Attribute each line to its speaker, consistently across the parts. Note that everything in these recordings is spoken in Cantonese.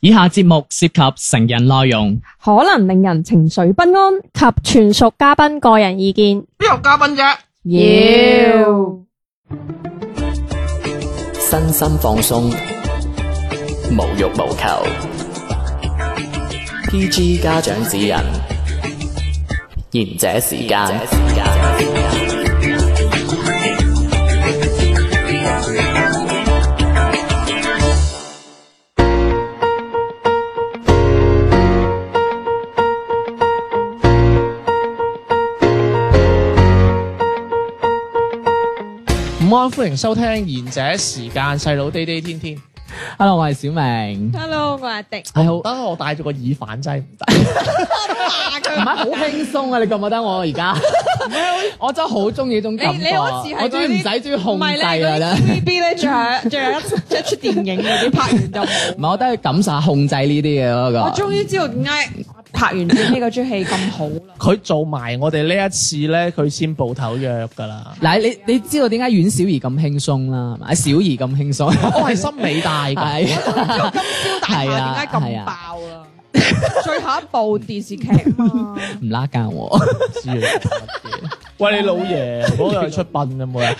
Speaker 1: 以下節目涉及成人內容，
Speaker 2: 可能令人情緒不安
Speaker 3: 及全屬嘉賓個人意見。
Speaker 4: 邊有嘉賓啫？
Speaker 5: 身心放鬆，無欲無求。PG 家長指引，賢者時間。
Speaker 4: 午安，歡迎收聽賢者時間，細佬地地天天。
Speaker 1: Hello，我係小明。
Speaker 3: Hello，我係阿迪。
Speaker 1: 係好，
Speaker 4: 得我帶咗個耳返真係唔 得。
Speaker 1: 唔係好輕鬆啊！你覺唔覺得我而家？我真係好中意呢種感
Speaker 3: 你
Speaker 1: 覺
Speaker 3: 你
Speaker 1: 啊，
Speaker 3: 好似係
Speaker 1: 我中意唔
Speaker 3: 嗰啲
Speaker 1: 使中意控
Speaker 3: 唔
Speaker 1: 制
Speaker 3: 係
Speaker 1: 㗎
Speaker 3: 咧，嗰
Speaker 1: 啦
Speaker 3: 啲。TVB 咧，最後最後一一出電影嗰啲拍完就冇。
Speaker 1: 唔係，我都係感受下控制呢啲嘅嗰個。
Speaker 3: 我終於知道點解拍完片呢個出戲咁好啦。
Speaker 4: 佢做埋我哋呢一次咧，佢先報頭約㗎啦。
Speaker 1: 嗱，你你知道點解阮小儀咁輕鬆 啦？係咪小儀咁輕鬆，
Speaker 4: 我 係心美大㗎，
Speaker 1: 係
Speaker 3: 金宵大
Speaker 1: 係啊
Speaker 3: 廈點解咁爆啊？最後一部電視劇嘛，
Speaker 1: 唔拉更喎。
Speaker 4: 知你講乜嘢喂，你老爺嗰個係出殯㗎冇啊？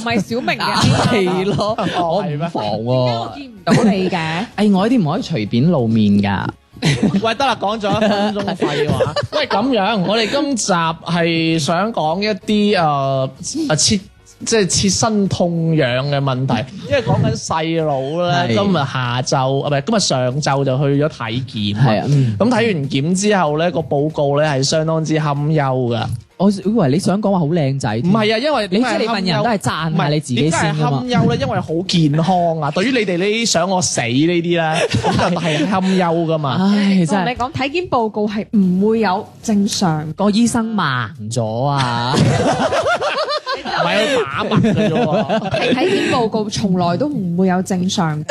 Speaker 3: 唔係小明
Speaker 1: 係
Speaker 3: 嘅。
Speaker 1: 咯，我唔防
Speaker 3: 我
Speaker 1: 喎。
Speaker 3: 見唔到你嘅，
Speaker 1: 誒，我呢啲唔可以隨便露面㗎。
Speaker 4: 喂，得啦，講咗一分鐘廢話。 喂，咁樣，我哋今集係想講一啲誒啊切，即係切身痛癢嘅問題， 因為講緊細佬
Speaker 1: 係
Speaker 4: 咧，今日下晝啊，唔係今日上晝就去咗體檢。
Speaker 1: 係啊，嗯
Speaker 4: 咁睇完檢之後咧，個報告咧係相當之堪憂噶。
Speaker 1: 我以為你想講話好靚仔
Speaker 4: 唔
Speaker 1: 添。
Speaker 4: 係啊，因為
Speaker 1: 嗯你
Speaker 4: 點
Speaker 1: 知
Speaker 4: 解
Speaker 1: 你份人都係讚
Speaker 4: 唔
Speaker 1: 下
Speaker 4: 係
Speaker 1: 你自己先噶
Speaker 4: 點
Speaker 1: 嘛
Speaker 4: 解係。堪憂咧？因為好健康啊！對於你哋呢啲想我死呢啲咧，咁就係堪憂噶嘛。
Speaker 1: 唉，
Speaker 3: 同
Speaker 1: 真
Speaker 3: 你
Speaker 1: 係
Speaker 3: 講體檢報告係唔會有正常
Speaker 1: 個醫生盲咗 啊！
Speaker 4: 唔係去打脈嘅啫
Speaker 1: 啊
Speaker 4: 喎。
Speaker 3: 體檢報告從來都唔會有正常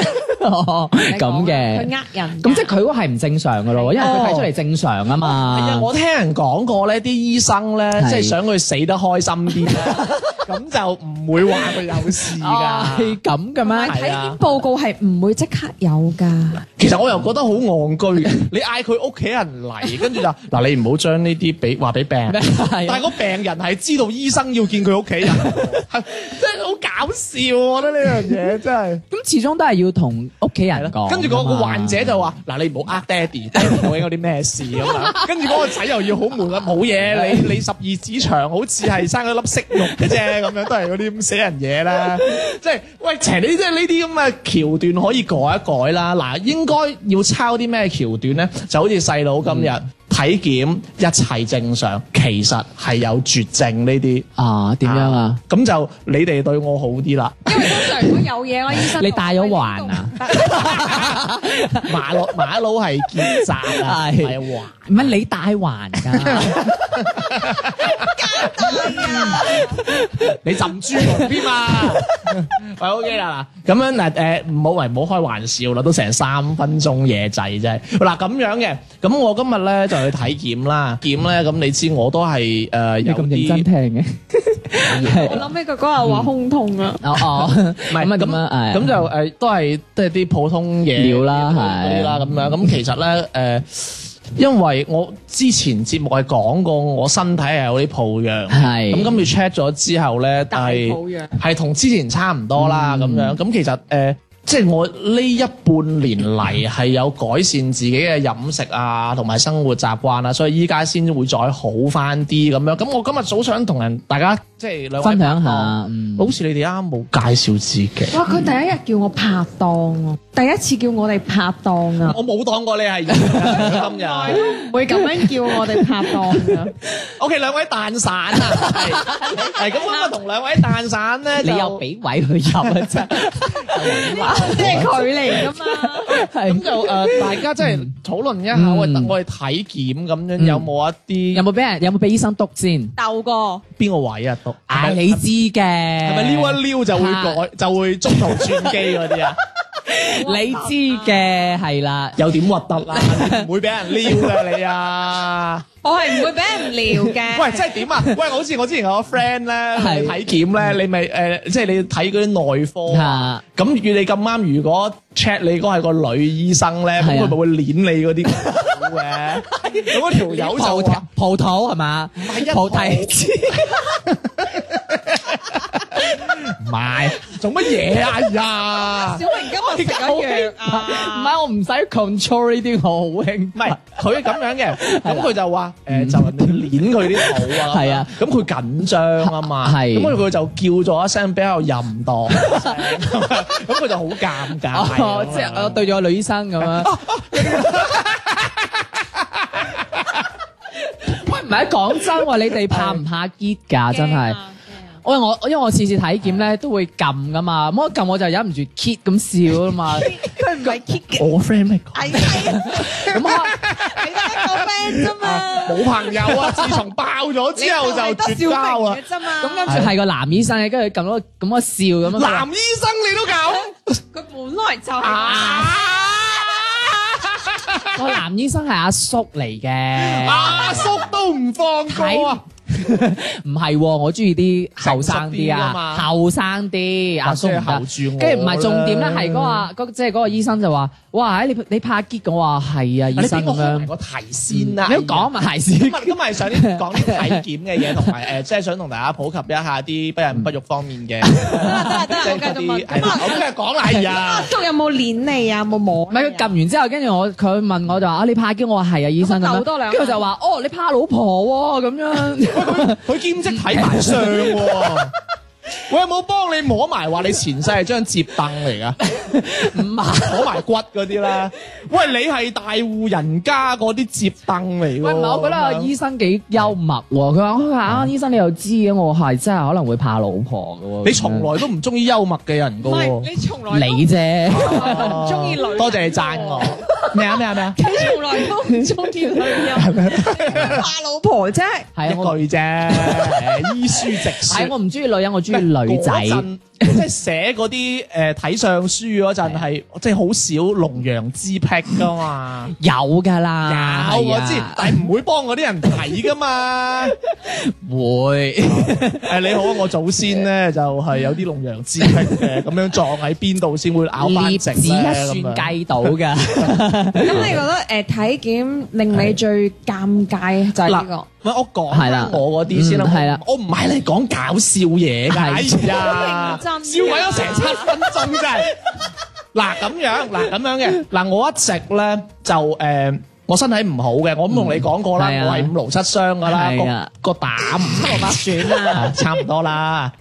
Speaker 1: 呃咁嘅
Speaker 3: 佢，呃人㗎。
Speaker 1: 咁即係佢嗰個係唔正常噶咯，因為佢睇出嚟正常啊
Speaker 4: 係啊，
Speaker 1: 嘛。
Speaker 4: 我聽人講過咧，啲醫生咧，
Speaker 1: 係
Speaker 4: 即係想佢死得開心啲咧， 咁就唔會話佢有事
Speaker 1: 啊
Speaker 4: 㗎。
Speaker 1: 係咁嘅
Speaker 3: 但
Speaker 1: 咩？
Speaker 3: 係體
Speaker 4: 係啊
Speaker 3: 檢報告係唔會即刻有㗎，
Speaker 4: 其實我又覺得好戇居，你嗌佢屋企人嚟，跟住就嗱，你唔好將呢啲俾話俾病人。
Speaker 1: 係啊
Speaker 4: 但係個病人係知道醫生要見佢屋企 人，係真係好搞笑，我覺得呢樣嘢真係。
Speaker 1: 咁始終都係要同屋企人講。
Speaker 4: 跟住嗰個患者就話：嗱，你唔好呃 爹哋，爹哋究竟有啲咩事咁樣。跟住嗰個仔又要好悶啊，冇嘢， 你你十二指腸好似係生咗粒息肉嘅啫，咁樣都係嗰啲咁死人嘢啦。 即係喂，邪你即係呢啲咁嘅橋段可以改一改啦。嗱，應該要抄啲咩橋段咧？就好似細佬今日。體檢一切正常，其實係有絕症呢啲。
Speaker 1: 啊，點樣啊？？
Speaker 4: 咁就你哋對我好 啲啦，
Speaker 3: 因為通常如果有嘢啦，醫生
Speaker 1: 你戴咗環啊？
Speaker 4: 馬佬馬佬係結扎啊，
Speaker 1: 係
Speaker 4: 係橫。
Speaker 1: 唔係你戴環㗎，
Speaker 4: 你浸豬肉添嘛？ 喂，OK 啦，嗱，咁樣嗱，誒，唔好喂，唔好開玩笑啦，都成三分鐘嘢滯啫。嗱，咁樣嘅，咁我今日咧就去體檢啦，檢咧，咁你知我都係誒
Speaker 1: 你
Speaker 4: 有
Speaker 1: 咁認真
Speaker 4: 啲，
Speaker 1: 聽嘅。
Speaker 3: 我
Speaker 1: 係
Speaker 3: 諗起佢嗰日話胸痛啊，
Speaker 1: 哦哦，
Speaker 4: 唔係
Speaker 1: 咁啊
Speaker 4: 咁
Speaker 1: 點啊？係
Speaker 4: 咁就誒都係都係啲普通嘢
Speaker 1: 料啦
Speaker 4: 嗰啲
Speaker 1: 係
Speaker 4: 啦，咁樣咁其實咧誒。因為我之前節目係講過，我身體係有啲抱恙，
Speaker 1: 係
Speaker 4: 咁今次 check 咗之後咧，
Speaker 3: 大
Speaker 4: 係
Speaker 3: 抱恙
Speaker 4: 係同之前差唔多啦咁、樣。咁其實誒、呃即係我呢一半年嚟係有改善自己嘅飲食啊，同埋生活習慣啊，所以依家先會再好翻啲咁樣。咁我今日早想同人大家即係兩位
Speaker 1: 分享下
Speaker 4: 拍檔，
Speaker 1: 嗯
Speaker 4: 好似你哋啱冇介紹自己，
Speaker 3: 哇！佢第一日叫我拍檔啊，第一次叫我哋拍檔啊，
Speaker 4: 我冇當過你係今日。
Speaker 3: 唔會咁樣叫我哋拍檔 噶。
Speaker 4: O K，兩位蛋散 啊，係係咁我同兩位蛋散咧，
Speaker 1: 你
Speaker 4: 就
Speaker 1: 又俾位佢入啊！真
Speaker 3: 即係佢嚟噶嘛，
Speaker 1: 係
Speaker 4: 咁 就誒、呃大家真係討論一下，我哋
Speaker 1: 嗯
Speaker 4: 我哋體檢咁樣
Speaker 1: 嗯
Speaker 4: 有冇一
Speaker 1: 有
Speaker 4: 啲
Speaker 1: 冇俾人有冇俾醫生督先？
Speaker 3: 鬥過
Speaker 4: 邊個位啊？讀
Speaker 1: À, 啊，你知嘅，
Speaker 4: 係咪撩一撩就會改就會中途轉機嗰啲啊？
Speaker 1: 你知嘅係啦，
Speaker 4: 有點核突啦，你 唔會俾人撩噶你啊！
Speaker 3: 我係唔會俾人撩嘅。
Speaker 4: 喂，即係點啊？喂，好似我之前有個 friend
Speaker 1: 係
Speaker 4: 咧，去體檢咧，你咪誒，即係你睇嗰啲內科啊
Speaker 1: 啊。
Speaker 4: 咁與你咁啱，如果 check 你嗰係個女醫生咧，咁
Speaker 1: 係啊
Speaker 4: 佢咪會攆你 嗰啲股嘅。咁嗰條友就
Speaker 1: 葡
Speaker 4: 話
Speaker 1: 葡萄係嘛？葡提子
Speaker 4: 唔係做乜嘢啊？哎呀！
Speaker 3: 小明今日食咗藥
Speaker 1: 唔
Speaker 3: 啊？
Speaker 1: 係我唔使 control 呢啲，我好興
Speaker 4: 唔係佢咁樣嘅，咁佢就話誒就人哋攣佢啲肚啊，
Speaker 1: 嗯係啊，
Speaker 4: 咁佢緊張啊嘛，
Speaker 1: 係
Speaker 4: 咁佢就叫咗一聲比較 淫蕩嘅聲，咁佢就好尷尬
Speaker 1: 哦
Speaker 4: 啊，哦
Speaker 1: 即係我對住個女醫生咁啊樣。 喂，唔係講真喎，你哋怕唔怕結 㗎？真係
Speaker 3: 驚。啊驚啊
Speaker 1: 喂，我因為我次次體檢咧都會撳噶嘛，咁我撳我就忍唔住 k 咁笑啊 嘛，
Speaker 3: 佢唔係 kick 嘅，
Speaker 4: 我 friend 咪講
Speaker 3: 係係
Speaker 1: 咁我
Speaker 3: 你得一個 friend 啫嘛，
Speaker 4: 冇朋 友啊，自從爆咗之後就絕交啊
Speaker 3: 你就係得小明嘅。
Speaker 4: 啦
Speaker 3: 啫
Speaker 1: 咁跟
Speaker 3: 嘛。
Speaker 1: 住係個男醫生嘅，跟住撳咗個咁我笑咁樣。
Speaker 4: 男醫生你都 搞
Speaker 3: 咁佢本來就係
Speaker 4: 啊！
Speaker 1: 個男醫生係阿叔嚟 嘅，
Speaker 4: 阿叔都唔放過啊！
Speaker 1: 唔係喎，我中意啲後生啲
Speaker 4: 成熟啲㗎
Speaker 1: 啊，
Speaker 4: 嘛
Speaker 1: 後生啲阿叔唔得
Speaker 4: 或者係後住我
Speaker 1: 跟住唔係重點咧，係嗰個嗰即係嗰個醫生就話：，哇，你你怕結㗎？我話係啊，醫
Speaker 4: 你
Speaker 1: 生
Speaker 4: 邊
Speaker 1: 咁
Speaker 4: 個開埋
Speaker 1: 樣。嗯
Speaker 4: 個題先啊？
Speaker 1: 你都講埋先
Speaker 4: 今。日今日想啲講啲體檢嘅嘢，同埋呃誒，即係想同大家普及一下啲不孕不育方面嘅，
Speaker 3: 得啦得啦得啦，我
Speaker 4: 即係嗰
Speaker 3: 繼續
Speaker 4: 啲
Speaker 3: 問。
Speaker 4: 係 啦。我今日講啦，哎呀，
Speaker 3: 仲有冇攆你啊？有冇摸
Speaker 1: 唔
Speaker 4: 哎
Speaker 3: 你啊？
Speaker 1: 係佢撳完之後，跟住我佢問我就話：啊，你怕嬌？我話係啊，醫生咁
Speaker 3: 咁
Speaker 1: 樣。
Speaker 3: 鬥多兩下
Speaker 1: 跟住就話：哦，你怕老婆喎咁樣。
Speaker 4: 佢兼職睇埋相喎。我有冇幫你摸埋話你前世係張摺凳嚟噶？
Speaker 1: 唔係，
Speaker 4: 摸埋骨嗰啲啦。喂，你係大户人家嗰啲摺凳嚟喎。
Speaker 1: 喂，唔係，我覺得個醫
Speaker 4: 醫
Speaker 1: 生幾幽默喎。佢話：佢話啊，醫生你又知嘅，我係真係可能會怕老婆嘅喎。
Speaker 4: 你從來都唔中意幽默嘅人噶
Speaker 3: 唔係
Speaker 4: 喎。
Speaker 3: 你從來都
Speaker 1: 你啫，
Speaker 3: 唔中意女人
Speaker 4: 多謝你讚我。咩啊咩啊咩啊！
Speaker 3: 你從來都唔中意女人，怕老婆啫。
Speaker 1: 係啊，我
Speaker 4: 一句 啫，唉醫書
Speaker 1: 係
Speaker 4: 直
Speaker 1: 啊
Speaker 4: 説。
Speaker 1: 我唔中意女人，我中意女仔。
Speaker 4: 嗰陣即係寫嗰啲誒睇相書嗰陣係，即係好少龍陽之癖 噶嘛。
Speaker 1: 有㗎啦，
Speaker 4: 有
Speaker 1: 係
Speaker 4: 我
Speaker 1: 啊
Speaker 4: 知，但係唔會幫嗰啲人睇 噶嘛。
Speaker 1: 會
Speaker 4: 誒你好，我祖 先咧就係有啲龍陽之癖嘅，咁樣撞喺邊度先會咬翻
Speaker 1: 捏
Speaker 4: 直
Speaker 1: 指
Speaker 4: 咧
Speaker 1: 一算
Speaker 4: 咁樣。
Speaker 1: 計到㗎。
Speaker 3: 咁你覺得誒體檢令你最尷尬就係呢個？
Speaker 4: 唔係我講
Speaker 1: 係啦
Speaker 4: 翻我嗰啲先啦，
Speaker 1: 嗯係啦
Speaker 4: 我唔我唔係嚟講搞笑嘢㗎，哎
Speaker 1: 係
Speaker 4: 呀，
Speaker 3: 好
Speaker 4: 笑
Speaker 3: 認真㗎
Speaker 4: 鬼咗成七分鐘真係。嗱咁樣，嗱咁樣嘅，嗱我一直咧就誒。呃我身體唔好嘅，我咁同你講過啦，
Speaker 1: 嗯係啊
Speaker 4: 我係五勞七傷噶
Speaker 1: 係啊
Speaker 4: 啦，個個膽七六八算啦，差唔多啦，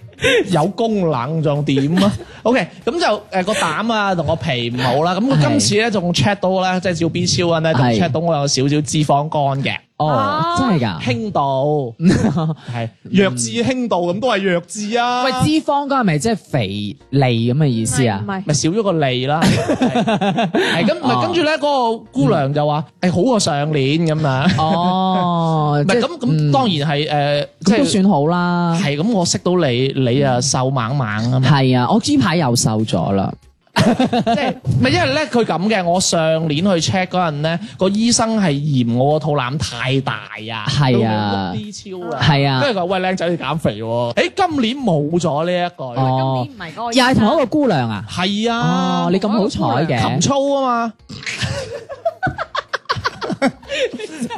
Speaker 4: 有功能仲點啊？OK，咁就誒個膽啊同個脾唔好啦，咁我
Speaker 1: 係
Speaker 4: 今次咧仲 check 到咧，即係照 B 超啊咧，仲
Speaker 1: 係
Speaker 4: check 到我有少少脂肪肝嘅。啊
Speaker 1: 哦，真係㗎。
Speaker 4: 輕度 係弱智輕度咁都係弱智啊！
Speaker 1: 喂，脂肪肝係咪即係肥膩咁嘅意思啊
Speaker 3: 唔？係
Speaker 4: 咪少咗個脷 啦，係咁
Speaker 1: 哦
Speaker 4: 咪跟住咧，嗰個姑娘就話：誒好過上年咁啊！
Speaker 1: 哦
Speaker 4: 唔，
Speaker 1: 即
Speaker 4: 係
Speaker 1: 係
Speaker 4: 咁咁，當然係誒，即
Speaker 1: 咁都
Speaker 4: 係
Speaker 1: 算好啦。
Speaker 4: 係咁，我識到你，你啊瘦猛猛啊嘛！
Speaker 1: 係啊，我豬排又瘦咗啦。
Speaker 4: 即 係咪因為咧佢咁嘅？我上年去 check 嗰陣咧，個醫生係嫌我個肚腩太大啊，
Speaker 1: 係啊
Speaker 4: ，B 超啊，
Speaker 1: 係啊
Speaker 4: 跟住佢話：喂，靚仔你減肥喎！誒，今年冇咗呢一句。
Speaker 1: 哦，
Speaker 3: 今年唔係嗰個醫
Speaker 1: 又係
Speaker 3: 生，
Speaker 1: 同一個姑娘啊？
Speaker 4: 係啊，
Speaker 1: 哦，你咁好彩
Speaker 4: 擒
Speaker 1: 嘅。
Speaker 4: 操啊嘛，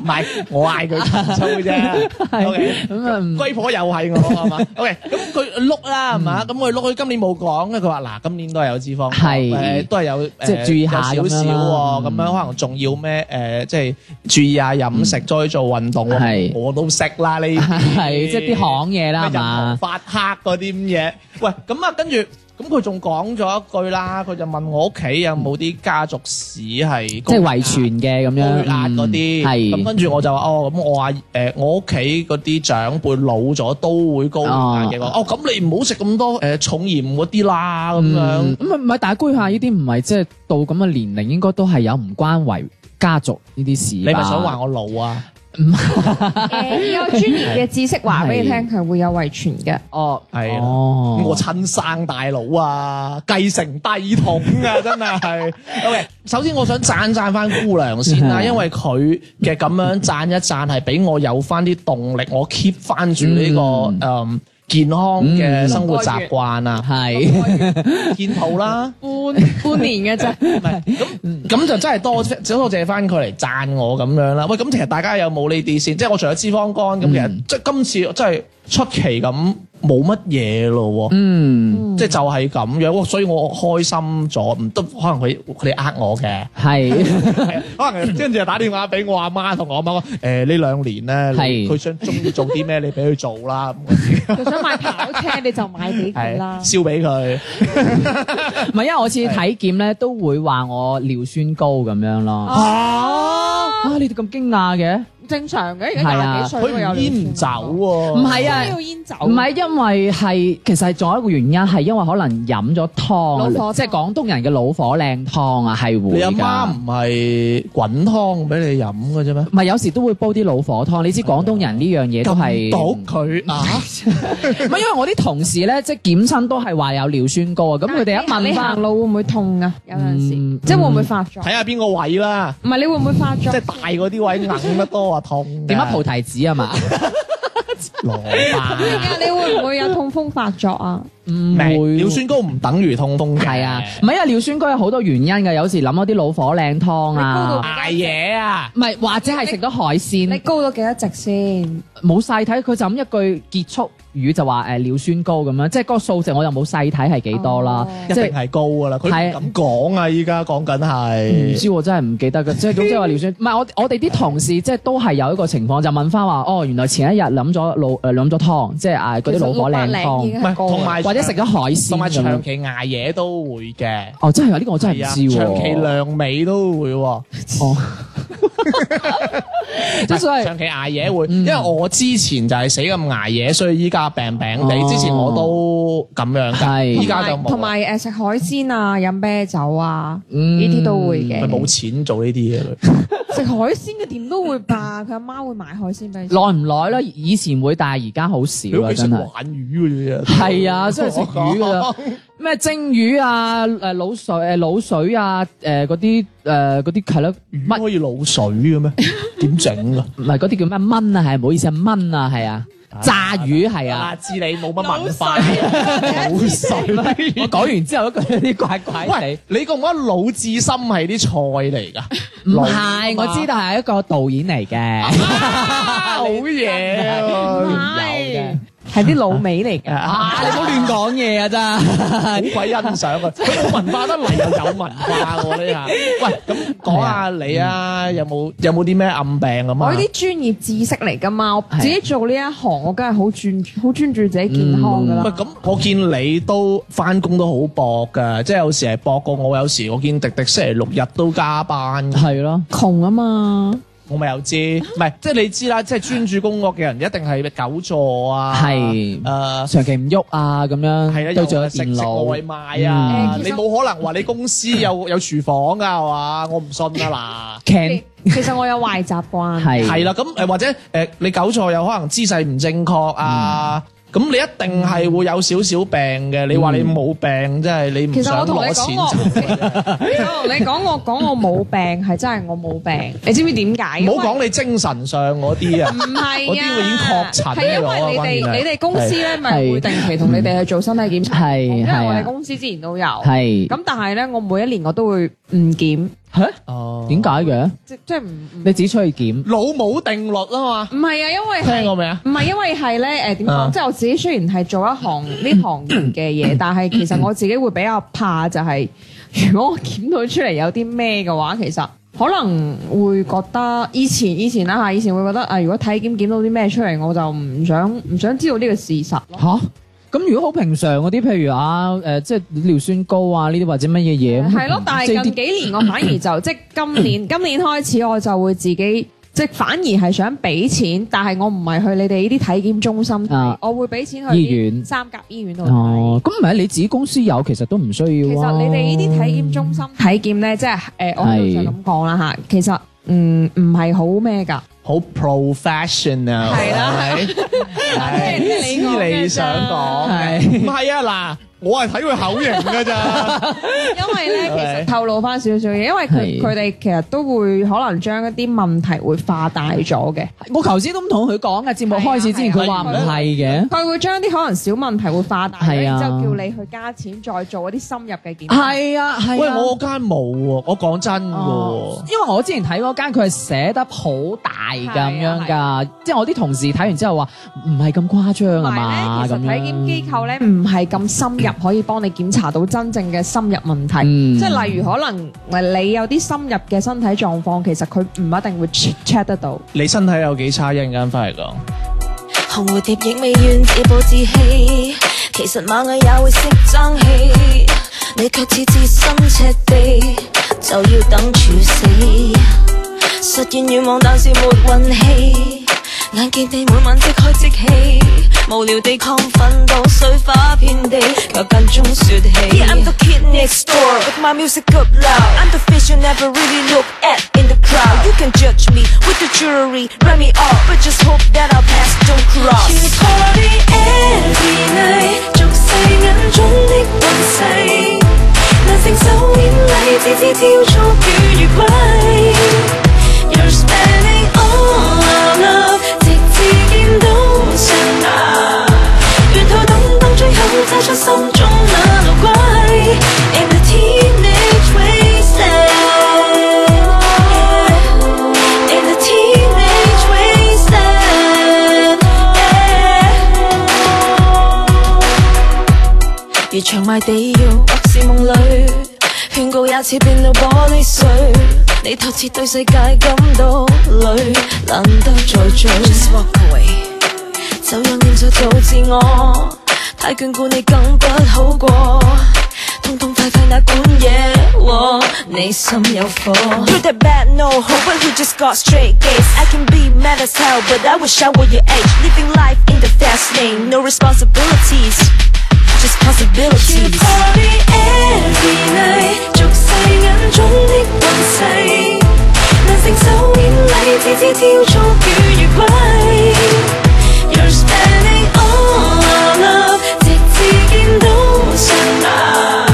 Speaker 4: 唔係我嗌佢擒操 啫。O K，
Speaker 1: 咁啊唔，
Speaker 4: 龜婆又係我係嘛？O K，咁佢碌啦係嘛？咁佢碌佢今年冇講嘅，佢話嗱今年都係有脂肪肝，
Speaker 1: 係
Speaker 4: 誒都係有
Speaker 1: 即係注意下
Speaker 4: 有少
Speaker 1: 咁
Speaker 4: 少
Speaker 1: 樣啦
Speaker 4: 喎，咁樣可能仲要咩誒？即係注意下飲食，再做運動喎。
Speaker 1: 係
Speaker 4: 我都識啦呢啲，
Speaker 1: 係即係啲行嘢啦，係
Speaker 4: 咩人頭
Speaker 1: 嘛？
Speaker 4: 發黑嗰啲咁嘢。喂，咁啊，跟住咁佢仲講咗一句啦，佢就問我屋企有冇啲家族史係即
Speaker 1: 即係遺傳嘅咁
Speaker 4: 高
Speaker 1: 樣
Speaker 4: 血。壓嗰啲。
Speaker 1: 嗯
Speaker 4: 咁
Speaker 1: 係。
Speaker 4: 跟住我就話哦，咁我阿誒我屋企嗰啲長輩老咗都會高血壓嘅。我話哦，咁你唔好食咁多誒重鹽嗰啲啦，咁
Speaker 1: 嗯
Speaker 4: 樣。
Speaker 1: 咁啊唔係，但係高血壓呢啲唔係即係到咁嘅年齡，應該都係有唔關為家族呢啲事。
Speaker 4: 你咪想話？我老啊？
Speaker 3: 誒有專業嘅知識話俾你聽，係會有遺傳嘅。
Speaker 1: 哦，
Speaker 4: 係啦
Speaker 1: 哦，
Speaker 4: 我親生大佬啊，繼承帝統啊，真係。OK，首 嗯先我想讚讚翻姑娘先啦，
Speaker 1: 係
Speaker 4: 因為佢嘅咁樣讚一讚係俾我有翻啲動力，我 keep 翻住呢個誒、嗯健康嘅生活習慣啊，
Speaker 1: 係
Speaker 4: 健步啦。
Speaker 3: 半半年嘅啫，
Speaker 4: 唔係咁咁就真係多多謝翻佢嚟讚我咁樣啦。喂，咁其實大家有冇呢啲先？即係我除咗脂肪肝咁，其實即係今次真係出奇咁冇乜嘢咯喎。
Speaker 1: 嗯
Speaker 4: 即係就係咁樣，哇所以我開心咗，唔得可能佢佢哋呃我嘅，
Speaker 1: 係
Speaker 4: 係啊 可能跟住就打電話俾我阿媽同我阿媽講，誒呢兩年咧，
Speaker 1: 係
Speaker 4: 你佢想中意做啲咩，你俾佢做啦，咁
Speaker 3: 佢想買跑車你就買俾佢
Speaker 4: 係
Speaker 3: 啦。
Speaker 4: 燒俾佢，
Speaker 1: 唔係因為我次體檢咧都會話我尿酸高咁樣咯。
Speaker 4: 啊，
Speaker 1: 啊！你哋咁驚訝嘅？
Speaker 3: 正常嘅，而
Speaker 1: 係
Speaker 3: 家
Speaker 1: 啊
Speaker 3: 廿幾歲
Speaker 4: 佢
Speaker 3: 都有
Speaker 4: 唔煙唔走喎，
Speaker 1: 唔係
Speaker 3: 啊，
Speaker 1: 啊
Speaker 3: 都，要煙酒，
Speaker 1: 唔係因為係，其實仲有一個原因係因為可能飲咗
Speaker 3: 老火
Speaker 1: 湯，
Speaker 3: 湯
Speaker 1: 即係廣東人嘅老火靚湯啊，係會
Speaker 4: 你阿媽
Speaker 1: 㗎
Speaker 4: 唔係滾湯俾你飲嘅啫咩？
Speaker 1: 唔係有時都會煲啲老火湯，你知廣東人呢樣嘢都係
Speaker 4: 咁毒佢啊！
Speaker 1: 唔係因為我啲同事咧，即係檢親都係話有尿酸高啊，咁佢哋一問
Speaker 3: 你行
Speaker 1: 翻，
Speaker 3: 路會唔會痛啊？有陣時
Speaker 1: 嗯
Speaker 3: 即係會唔會發作？
Speaker 4: 睇下邊個位啦，
Speaker 3: 唔係你會唔會發
Speaker 4: 即
Speaker 3: 作
Speaker 4: 係？大嗰啲位硬得嗯多啊，痛㗎。
Speaker 1: 點解菩提子啊嘛？
Speaker 4: 羅
Speaker 3: 係
Speaker 4: 馬？
Speaker 3: 㗎，你會唔會有痛風發作啊？
Speaker 1: 唔
Speaker 4: 明
Speaker 1: 會
Speaker 4: 尿酸高唔等於痛風嘅
Speaker 1: 係啊，唔係因為尿酸高有好多原因㗎，有時諗嗰啲老火靚湯啊，
Speaker 4: 捱夜啊！
Speaker 1: 唔係或者係食咗海
Speaker 3: 你
Speaker 1: 鮮，
Speaker 3: 高到幾多值先？
Speaker 1: 冇細睇，佢就咁一句結束語就話誒尿酸高咁樣，即係嗰個數值我又冇細睇係幾多啦
Speaker 3: 哦，
Speaker 4: 一
Speaker 1: 即
Speaker 4: 定
Speaker 1: 係。
Speaker 4: 係高噶啦，佢
Speaker 1: 係
Speaker 4: 唔敢講啊！依家講緊
Speaker 1: 唔
Speaker 4: 係
Speaker 1: 知喎，真係唔記得嘅，即係總之話 尿酸，唔係我我哋啲同事即係都係有一個情況，就問翻話，哦，原來前一日諗咗老誒諗咗湯，即係啊嗰啲老火靚
Speaker 3: 已經
Speaker 1: 湯，
Speaker 4: 唔係
Speaker 3: 係高
Speaker 4: 同埋
Speaker 1: 啊或者食咗海鮮
Speaker 4: 同埋
Speaker 1: 咁樣
Speaker 4: 長。期捱夜都會嘅，
Speaker 1: 哦，真係啊！呢個我真係
Speaker 4: 係
Speaker 1: 唔
Speaker 4: 啊，
Speaker 1: 知喎。
Speaker 4: 長期量尾都會喎，
Speaker 1: 哦， 即係所嗯以
Speaker 4: 長期捱夜會，因為我之前就係死咁捱夜，所以依家病病地。
Speaker 1: 哦
Speaker 4: 之前我都咁樣㗎，
Speaker 1: 係
Speaker 4: 依家就冇啊，
Speaker 3: 同埋誒食海鮮啊、飲啤酒啊，
Speaker 1: 嗯
Speaker 3: 呢啲都會嘅
Speaker 4: 佢。冇錢做呢啲嘢佢。
Speaker 3: 食海鮮嘅點都會吧，佢阿媽會買海鮮俾
Speaker 1: 耐
Speaker 3: 佢。
Speaker 1: 唔耐咧？以前會，但係而家好少
Speaker 4: 如果
Speaker 1: 啦，
Speaker 4: 佢食
Speaker 1: 啊真係。
Speaker 4: 玩魚嘅啫，
Speaker 1: 係 啊，真係食魚噶啦，咩蒸魚啊，誒滷水誒滷水啊，誒嗰啲誒嗰啲係咯，
Speaker 4: 乜可以滷水 嘅咩？點整啊？
Speaker 1: 唔係嗰啲叫咩炆啊？係唔好意思啊，炆啊，係啊，炸魚係啊。
Speaker 4: 阿知你冇乜文化，滷水。
Speaker 1: 我講完之後都覺得有啲怪怪
Speaker 4: 喂
Speaker 1: 地，，
Speaker 4: 你覺唔覺得魯智深係啲菜嚟 㗎？
Speaker 1: 唔
Speaker 4: 啊
Speaker 1: 係，我知道係一個導演嚟嘅，
Speaker 4: 好嘢啊！
Speaker 1: 嘅
Speaker 3: 係係啲老味嚟嘅。
Speaker 1: 啊，你唔好亂講嘢啊，真
Speaker 4: 好
Speaker 1: 係。
Speaker 4: 鬼欣賞啊佢，佢冇文化得嚟又有文化喎呢下。喂，咁講下你啊，有冇有冇啲咩暗病咁
Speaker 3: 我
Speaker 4: 啊
Speaker 3: 呢？啲專業知識嚟㗎嘛，我自己做呢一行，我梗係好專好專注自己健康㗎
Speaker 4: 喂，
Speaker 3: 啦。
Speaker 4: 咁我見你都翻工都好搏㗎，即係有時係搏過我，有時我見迪迪星期六日都加班。
Speaker 1: 係咯。
Speaker 3: 窮啊嘛，
Speaker 4: 我咪又知，唔係即係你知啦，即係專注工作嘅人一定係久坐啊，
Speaker 1: 係
Speaker 4: 誒。
Speaker 1: 長期唔喐啊，咁
Speaker 4: 係啦，
Speaker 1: 樣
Speaker 4: 又
Speaker 1: 對住個
Speaker 4: 食食
Speaker 1: 電
Speaker 4: 外
Speaker 1: 腦，
Speaker 4: 賣啊！
Speaker 3: 嗯
Speaker 4: 你冇可能話你公 司有有廚房㗎係嘛？我唔信啊
Speaker 1: ，can
Speaker 3: 其實我有壞習慣。
Speaker 4: 嗱，
Speaker 1: 係
Speaker 4: 係啦，咁誒或者誒你久坐有可能姿勢唔正確啊，
Speaker 1: 嗯
Speaker 4: 咁你一定係會有少少病嘅。你話你冇病，真係你唔
Speaker 3: 其實我
Speaker 4: 想
Speaker 3: 同你
Speaker 4: 攞
Speaker 3: 講
Speaker 4: 錢
Speaker 3: 我，我同
Speaker 4: 就
Speaker 3: 你講我講我冇病係真係我冇病，你知唔知點解？
Speaker 4: 唔好講你精神上嗰 啲啊
Speaker 3: 唔。
Speaker 1: 嗯
Speaker 3: 係
Speaker 4: 嗰
Speaker 3: 啊，
Speaker 4: 啲會已經確診
Speaker 3: 係因為你
Speaker 4: 咗啊關鍵係
Speaker 3: 哋你哋公司咧，咪
Speaker 1: 係
Speaker 3: 會定期同你哋去做身體檢查，
Speaker 1: 係
Speaker 3: 因為
Speaker 1: 係啊
Speaker 3: 我哋公司之前都有。
Speaker 1: 係
Speaker 3: 咁但係咧，我每一年我都會唔檢，
Speaker 1: 嚇
Speaker 4: 哦
Speaker 1: 點解嘅？
Speaker 3: 即即係唔唔
Speaker 1: 你自己出去檢，
Speaker 4: 老母定 律啊嘛？
Speaker 3: 唔係啊，因為
Speaker 4: 聽
Speaker 3: 係
Speaker 4: 過未啊？
Speaker 3: 唔係因為係咧誒點講？
Speaker 1: 嗯
Speaker 4: 啊
Speaker 3: 即係我自己雖然係做一 行呢行業嘅嘢，但係其實我自己會比較怕就係，如果我檢到出嚟有啲咩嘅話，其實。可能會覺得以前以前啦嚇，以前會覺得啊，如果體檢檢到啲咩出嚟，我就唔想唔想知道呢個事實咯。
Speaker 1: 吓？咁如果好平常嗰啲，譬如啊誒，即係尿酸高啊呢啲或者乜嘢嘢，咁
Speaker 3: 係咯，但係近幾年我反而就即係今 年今年開始我就會自己即係反而係想俾錢，但係我唔係去你哋呢啲體檢中心睇，
Speaker 1: 啊
Speaker 3: 我會俾錢去
Speaker 1: 醫院
Speaker 3: 三甲醫院度睇。
Speaker 1: 哦，咁唔係你自己公司有，其實都唔需
Speaker 3: 其
Speaker 1: 要
Speaker 3: 實
Speaker 1: 啊。
Speaker 3: 你哋呢啲體檢中心體檢咧，即係誒、呃我通常咁講啦嚇，其實嗯唔係好咩㗎，
Speaker 4: 好 professional，
Speaker 3: 係啦
Speaker 4: 係咪，
Speaker 3: 聽
Speaker 4: 係
Speaker 3: 你講嘅
Speaker 4: 知你想講，
Speaker 1: 係
Speaker 4: 唔係啊？嗱，我係睇佢口型 㗎
Speaker 3: 啊
Speaker 4: 咋，
Speaker 3: 因為 咧，其
Speaker 4: 係
Speaker 3: 實透露翻少少嘢，因為佢
Speaker 1: 係
Speaker 3: 佢哋其實都會可能將一啲問題會化大咗嘅，
Speaker 1: 我頭先都咁同佢講嘅，節目開始之前佢話唔係嘅。
Speaker 3: 佢會將啲可能小問題會化大咗，
Speaker 1: 係啊
Speaker 3: 然之後叫你去加錢再做一啲深入嘅檢查。
Speaker 1: 係啊，係啊。
Speaker 4: 喂，我間冇喎，我講真㗎
Speaker 1: 哦，因為我之前睇嗰間佢係寫得好大㗎咁樣
Speaker 3: 係啊
Speaker 1: 㗎，即係我啲同事睇完之後話唔係咁誇張啊
Speaker 3: 同
Speaker 1: 嘛
Speaker 3: 埋咧，其
Speaker 1: 咁
Speaker 3: 實體檢
Speaker 1: 樣。
Speaker 3: 機構咧唔係咁深入，可以幫你檢查到真正嘅深入問題。
Speaker 1: 嗯
Speaker 3: 即係例如可能你有啲深入嘅身體狀況，其實佢唔一定會 check check 得到。
Speaker 4: 你身體有幾差？一陣間翻嚟講。
Speaker 6: 紅蝴蝶亦未願自暴自棄，其實螞蟻也會識爭氣，你卻似置身赤地，就要等處死。實現願望，但是沒運氣，眼見你每晚即開即起，無聊地亢奮到碎花遍地，卻間中説起。
Speaker 7: Yeah, I'm the kid next door with my music up loud. I'm the face you never really look at in the crowd. You can judge me with the jewelry, write me off, but just hope that I'll pass, don't cross.
Speaker 6: You party every night，俗世眼中的運勢，難承受豔麗，次次挑錯叫越軌。You're spending all our love，直至見到上牙，沿途等等最後猜出心中那路軌。In the teenage wasteland。In the teenage wasteland，yeah 如長賣地獄或是夢裏，勸告也似變到玻璃碎。你透徹對世界感到累，懶得再追。Just walk away，就讓念錯做自我，太眷顧你更不好過。痛痛快快那管嘢喎，你心有火。
Speaker 7: You're that bad, no hope, but you just got straight gaze. I can be mad as hell, but I wish I were your age. Living life in the fast lane, no responsibilities, just
Speaker 6: You
Speaker 7: possibilities.
Speaker 6: party every night，俗世眼中的運勢，難承受豔麗，次次挑錯叫越軌。You're spending all our love，直至見到上牙，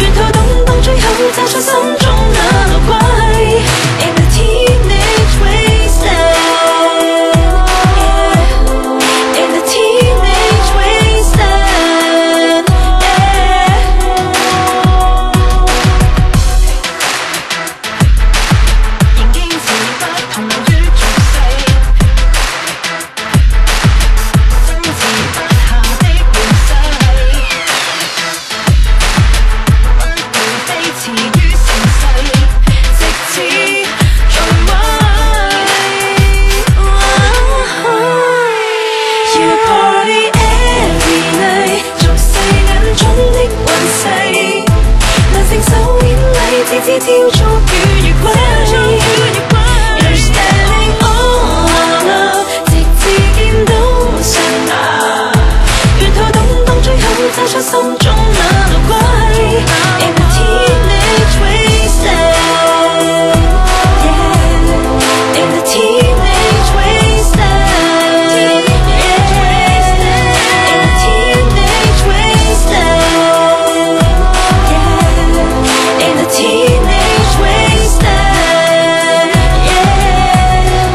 Speaker 6: 沿途等等最後找出心中那路軌。In the teenage wasteland。In the teenage wasteland, yeah.
Speaker 7: 仍堅持不同於俗世，爭持不下的本世，不會飛馳於盛世。
Speaker 6: 直至最壞。You party every night，俗世眼中的運勢，難承受豔麗，次次挑錯叫越軌。You're standing all alone，直至見到上牙，沿途等等最後找出心中那路軌。In the teenage wasteland, yeah. In the teenage wasteland, yeah. In the teenage wasteland, yeah. In the teenage wasteland, yeah.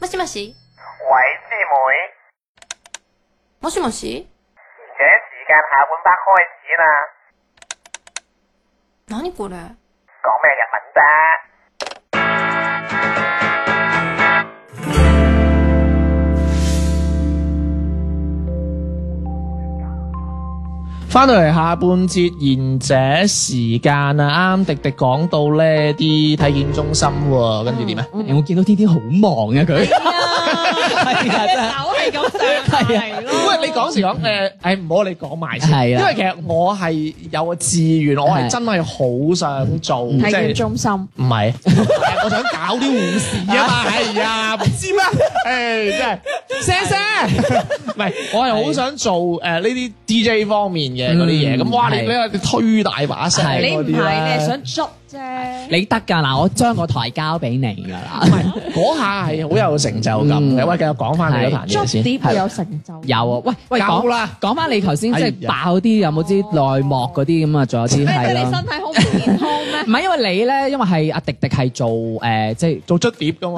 Speaker 8: もしもし
Speaker 9: 喂，師妹，
Speaker 8: もしもし
Speaker 9: 而且時間下半 part 開始啦，
Speaker 8: 何これ
Speaker 9: 講咩日文啫？
Speaker 4: 翻到嚟下半節賢者時間啊，啱啱迪迪講到咧啲體檢中
Speaker 3: 嗯
Speaker 4: 心喎，跟住點啊？
Speaker 1: 我見到天天好忙啊佢，係啊真係。
Speaker 3: 手係係咁上下嚟咯。
Speaker 4: 喂，你講時講誒，誒唔好你講埋先，
Speaker 3: 啊
Speaker 1: 係啦
Speaker 4: 因為其實我係有個志願，我係
Speaker 1: 係
Speaker 4: 真係好想做，即
Speaker 3: 嗯體
Speaker 4: 係
Speaker 3: 檢中心
Speaker 4: 唔係，我想搞啲護士啊嘛，係啊，唔知咩？誒，真係聲聲，唔係，我係好想做誒呢啲 à, DJ 方面嘅嗰啲
Speaker 1: 嗯
Speaker 4: 嘢，咁哇，你
Speaker 1: 係
Speaker 4: 你話你推大把聲
Speaker 1: 係
Speaker 3: 你
Speaker 4: 嗰
Speaker 3: 唔係，你
Speaker 4: 啲咧
Speaker 3: 係想捉啫。
Speaker 1: 你得㗎嗱，我將個台交俾你㗎啦。
Speaker 4: 嗰下係好有成就感嘅。
Speaker 1: 嗯
Speaker 4: 喂，繼續講翻你嗰壇
Speaker 3: 捉
Speaker 4: 嘢先，
Speaker 3: 碟會有成就。
Speaker 1: 有啊，喂喂，
Speaker 4: 夠
Speaker 1: 講
Speaker 4: 啦，
Speaker 1: 講翻你頭先即
Speaker 4: 哎
Speaker 1: 係
Speaker 4: 呀
Speaker 1: 爆啲有冇啲內幕嗰啲咁啊？仲有啲
Speaker 3: 咩？
Speaker 1: 係
Speaker 3: 你
Speaker 1: 啦
Speaker 3: 身，體好唔健康
Speaker 1: 唔
Speaker 3: 咩？
Speaker 1: 係因為你咧，因為係阿迪迪係做誒即係。
Speaker 4: 做捽碟噶嘛，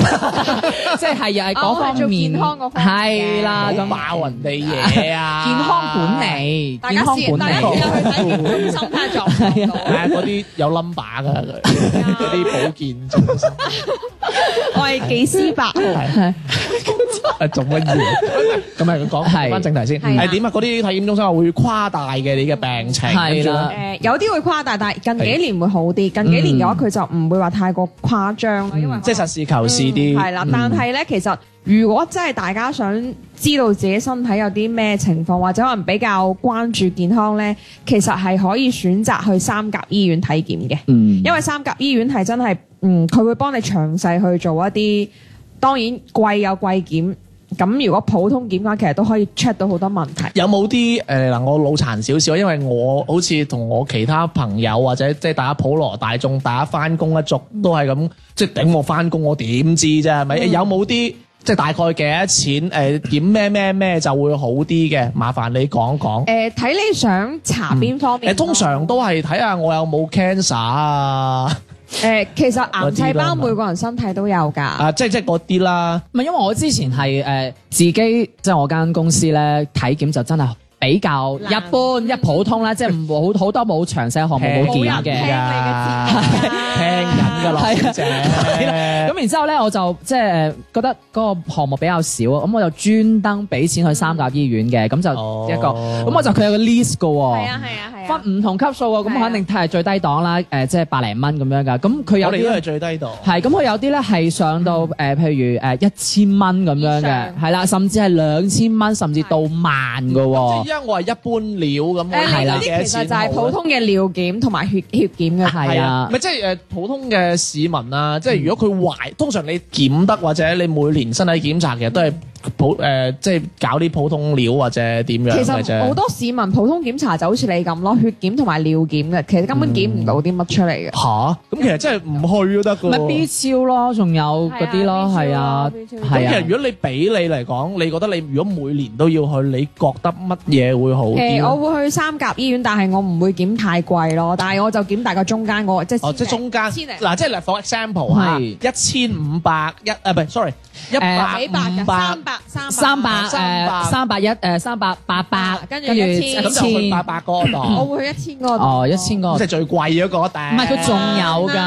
Speaker 1: 即係又係
Speaker 3: 啊
Speaker 1: 嗰
Speaker 3: 我係
Speaker 1: 方
Speaker 3: 做
Speaker 1: 面，
Speaker 3: 健康嗰方面嘅
Speaker 1: 係啦，
Speaker 4: 唔
Speaker 1: 咁
Speaker 4: 好爆人哋嘢啊，
Speaker 1: 健康管理，
Speaker 3: 大
Speaker 1: 健
Speaker 3: 家
Speaker 1: 康
Speaker 3: 試，啊大
Speaker 1: 管
Speaker 3: 家試
Speaker 1: 理，
Speaker 3: 下去體檢中心睇下撞唔撞到。
Speaker 4: 係啊，嗰啲有 number 噶佢，嗰啲保健中心
Speaker 3: 我係幾思白。
Speaker 4: 係係啊做乜嘢？咁咪講
Speaker 1: 係
Speaker 4: 翻正題先，
Speaker 3: 係啊
Speaker 4: 係點啊？嗰啲體檢中心會誇大嘅你嘅病情，跟
Speaker 1: 係
Speaker 4: 住
Speaker 1: 啦
Speaker 4: 咧，
Speaker 3: 誒有啲會誇大，但係近幾年會好啲。近幾年嘅話，佢就唔會話太過誇張啦，因為
Speaker 4: 嗯
Speaker 3: 嗯
Speaker 4: 即係實事求是啲，嗯
Speaker 3: 係啦。但係咧，其實如果真係大家想知道自己身體有啲咩情況，或者可能比較關注健康咧，其實係可以選擇去三甲醫院體檢嘅。
Speaker 1: 嗯
Speaker 3: 因為三甲醫院係真係，嗯，佢會幫你詳細去做一啲，當然貴有貴檢，咁如果普通檢嘅話，其實都可以 check 到好多問題。
Speaker 4: 有冇啲誒嗱？我腦殘少少，因為我好似同我其他朋友或者即係大家普羅大眾，大家翻工一族
Speaker 3: 嗯
Speaker 4: 都係咁，即係頂我翻工，我點知啫？係咪？有冇啲即係大概幾多錢誒、點咩咩咩就會好啲嘅？麻煩你講
Speaker 3: 誒、
Speaker 4: 講。誒、
Speaker 3: 呃睇你想查邊方面、
Speaker 4: 嗯通常都係睇下我有冇 cancer 啊，
Speaker 3: 誒、呃其實癌細胞每個人身體都有㗎。
Speaker 4: 啊即係即係嗰啲啦。
Speaker 1: 唔係因為我之前係誒自己即係我間公司咧體檢就真係比較
Speaker 3: 難
Speaker 1: 一般一普通啦，即係冇好多冇詳細項目冇
Speaker 4: 聽
Speaker 1: 檢
Speaker 4: 緊
Speaker 1: 嘅
Speaker 3: 冇人。
Speaker 4: 㗎 聽緊㗎
Speaker 3: 㗎
Speaker 4: 啦，小姐
Speaker 1: 咁然之後咧，我就即係呃覺得嗰個項目比較少，咁我就專登俾錢去三甲醫院嘅，咁就
Speaker 4: 哦
Speaker 1: 一個，咁我就佢有個 list 嘅喎。
Speaker 3: 係啊係啊係啊。
Speaker 1: 分唔同級數喎，咁
Speaker 3: 係啊
Speaker 1: 肯定係最低檔啦，誒即係百零蚊咁樣噶。咁佢有
Speaker 4: 我哋都
Speaker 1: 啲
Speaker 4: 係最低度。
Speaker 1: 係，咁佢有啲咧係上到誒、譬如誒一千蚊咁樣
Speaker 3: 以上
Speaker 1: 嘅，係啦，甚至係兩千蚊，甚至到萬噶
Speaker 4: 即係
Speaker 1: 喎，
Speaker 4: 因為我係一般料咁，我
Speaker 3: 誒，
Speaker 1: 係
Speaker 3: 呃你
Speaker 1: 啦
Speaker 3: 嗰啲
Speaker 4: 睇幾
Speaker 3: 其
Speaker 4: 多
Speaker 3: 實
Speaker 4: 錢
Speaker 3: 就係
Speaker 4: 好
Speaker 3: 普
Speaker 4: 啊
Speaker 3: 通嘅尿檢同埋血血檢嘅。
Speaker 1: 係啊
Speaker 4: 咪，即係誒普通嘅市民啊，即係如果佢懷，通常你檢得或者你每年身體檢查，其實都係普誒，即係搞啲普通料或者點樣
Speaker 3: 其
Speaker 4: 嘅
Speaker 3: 實好
Speaker 4: 啫。
Speaker 3: 多市民普通檢查就好似你咁咯，血檢同埋尿檢嘅，其實
Speaker 4: 嗯
Speaker 3: 根本檢唔到啲乜出嚟嘅。
Speaker 4: 吓，咁其實真係唔去都得噶
Speaker 1: 咪
Speaker 4: 喎。
Speaker 1: B 超咯，仲有嗰啲咯，係啊，
Speaker 4: 咁
Speaker 1: 係
Speaker 4: 其
Speaker 1: 啊
Speaker 4: 實如果你俾你嚟講，你覺得你如果每年都要去，你覺得乜嘢會好
Speaker 3: 誒，
Speaker 4: 啲？
Speaker 3: 呃我會去三甲醫院，但係我唔會檢太貴咯，但係我就檢大概中間嗰個，即係
Speaker 4: 哦，即係
Speaker 3: 千零
Speaker 4: 中間
Speaker 3: 千零
Speaker 4: 嗱，即係例如 for example 嚇，一千五百一啊，唔係，sorry，一百
Speaker 3: 幾百嘅
Speaker 4: 五百
Speaker 3: 三。百三
Speaker 1: 三百
Speaker 4: 三百
Speaker 1: 誒三百一誒三百八百，
Speaker 3: 跟住一千
Speaker 4: 咁就去八百嗰度，
Speaker 3: 我會去一千個
Speaker 1: 哦一千個，
Speaker 4: 即
Speaker 1: 唔
Speaker 4: 係最貴嗰個頂。
Speaker 1: 係佢仲有㗎，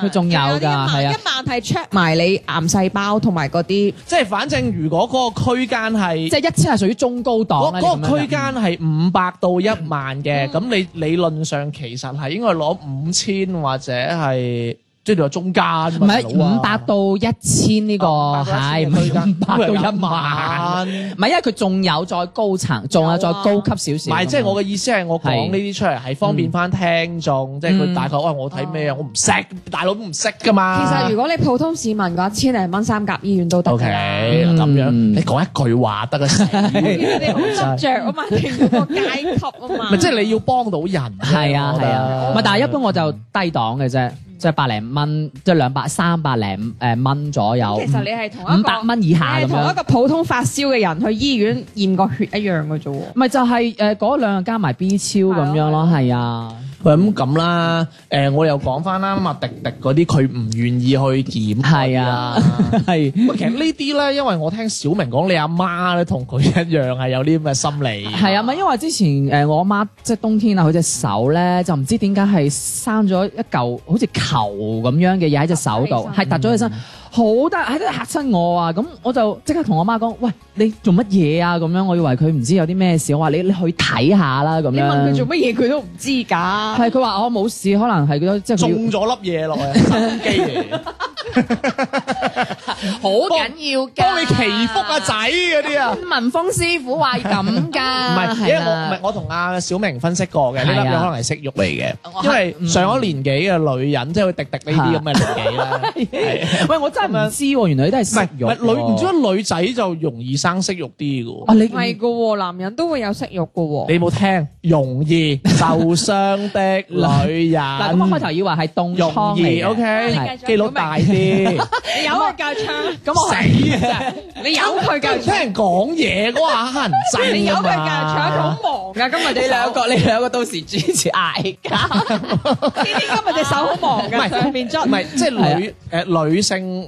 Speaker 1: 佢仲有㗎，係啊
Speaker 3: 一。萬係 check 埋你癌細胞同埋嗰啲，
Speaker 4: 即係反正如果嗰個區間係，
Speaker 1: 即係一千係屬於中高檔啦。
Speaker 4: 嗰嗰
Speaker 1: 咁樣
Speaker 4: 個
Speaker 1: 嘅
Speaker 4: 區間係五百到一萬嘅，咁你理論上其實係應該攞五千或者係即係你話中間嘛。
Speaker 1: 唔係
Speaker 4: 大佬啊
Speaker 1: 五百到一千呢個
Speaker 4: 哦500
Speaker 1: 係唔
Speaker 4: 區間
Speaker 1: 係五百到一
Speaker 4: 咁
Speaker 1: 萬？
Speaker 4: 咪有
Speaker 1: 唔係，因為佢仲有再高層，仲有再高級少
Speaker 4: 唔
Speaker 1: 少。
Speaker 4: 係，即係我嘅意思係我講
Speaker 1: 係
Speaker 4: 呢啲出嚟係方便翻聽眾，即係佢大概喂我睇咩啊，我唔識，大佬都唔識噶
Speaker 3: 其
Speaker 4: 嘛。
Speaker 3: 實如果你普通市民嘅話，千零蚊三甲醫院都得
Speaker 4: O
Speaker 3: 㗎
Speaker 4: K
Speaker 3: 啦。
Speaker 4: 咁樣，
Speaker 1: 嗯
Speaker 4: 你講一句話得嘅，死
Speaker 3: 你哋好執着啊嘛，定嗰個階級啊嘛。
Speaker 4: 咪即係你要幫到人啫。
Speaker 1: 係啊
Speaker 4: 我覺
Speaker 1: 係
Speaker 4: 得
Speaker 1: 啊，唔係，但係一般我就低檔嘅啫，即係百零蚊，即係兩百三百零誒蚊左右。
Speaker 3: 其實你係同一個
Speaker 1: 五百蚊以下
Speaker 3: 你係
Speaker 1: 咁
Speaker 3: 同一
Speaker 1: 樣。
Speaker 3: 個普通發燒嘅人去醫院驗個血一樣嘅啫喎。
Speaker 1: 咪就係誒嗰兩個加埋 B 超咁樣咯，係啊，
Speaker 4: 喂，咁咁啦，誒、我又講翻啦，咁啊，迪迪嗰啲佢唔願意去檢，
Speaker 1: 係啊。 係
Speaker 4: 喂，其實呢啲咧，因為我聽小明講，你阿媽咧同佢一樣係有啲咁嘅心理。
Speaker 1: 係啊，咪因為之前誒我媽即係冬天啊，佢隻手咧就唔知點解係生咗一嚿好似球咁樣嘅嘢喺隻手度，係突咗起身，好得喺度嚇親我啊！咁我就即刻同我媽講：喂，你做乜嘢啊？咁樣我以為佢唔知有啲咩事，我話你你去睇下啦咁樣。
Speaker 3: 你問佢做乜嘢，佢都唔知㗎。
Speaker 1: 係佢話我冇事，可能係佢都即係佢要
Speaker 4: 中咗粒嘢落去，心機嚟。
Speaker 1: 好緊要㗎。
Speaker 4: 幫你祈福啊仔嗰啲啊。
Speaker 1: 文峰師傅話咁
Speaker 4: 唔
Speaker 1: 㗎，
Speaker 4: 啊係，因為我唔
Speaker 1: 啦
Speaker 4: 係我同阿小明分析過嘅，呢
Speaker 1: 係啊
Speaker 4: 粒嘢可能係嗯息肉嚟嘅，因為上咗年紀嘅女人，即係會滴滴呢啲咁嘅年紀啦。 係
Speaker 1: 喂，我真係唔知喎，原來都係
Speaker 4: 唔係
Speaker 1: 食
Speaker 4: 唔
Speaker 1: 肉
Speaker 4: 係
Speaker 1: 喎。
Speaker 4: 女唔知點解女仔就容易生息肉啲嘅
Speaker 1: 啊
Speaker 4: 喎。
Speaker 1: 你
Speaker 3: 唔係噶喎，男人都會有息肉噶喎。
Speaker 4: 你冇聽？容 易受傷的女人。
Speaker 1: 嗱，咁我開頭以為係凍
Speaker 4: 容
Speaker 1: 倉嚟
Speaker 4: 易
Speaker 1: 嘅
Speaker 4: ，OK，
Speaker 1: 係
Speaker 4: 記錄大 啲。
Speaker 3: 你有佢夠槍，
Speaker 4: 咁我死啊！
Speaker 3: 你有佢夠
Speaker 4: 聽
Speaker 3: 槍，
Speaker 4: 人講嘢嗰下黑人憎
Speaker 3: 你有佢夠槍，
Speaker 4: 啊嘛
Speaker 3: 好忙噶。今日你兩 個，
Speaker 1: 你兩個到時主持嗌交，
Speaker 3: 今日隻手好忙
Speaker 4: 唔係
Speaker 3: 噶，上面捽
Speaker 4: 唔係，即係女
Speaker 1: 啊
Speaker 4: 誒女性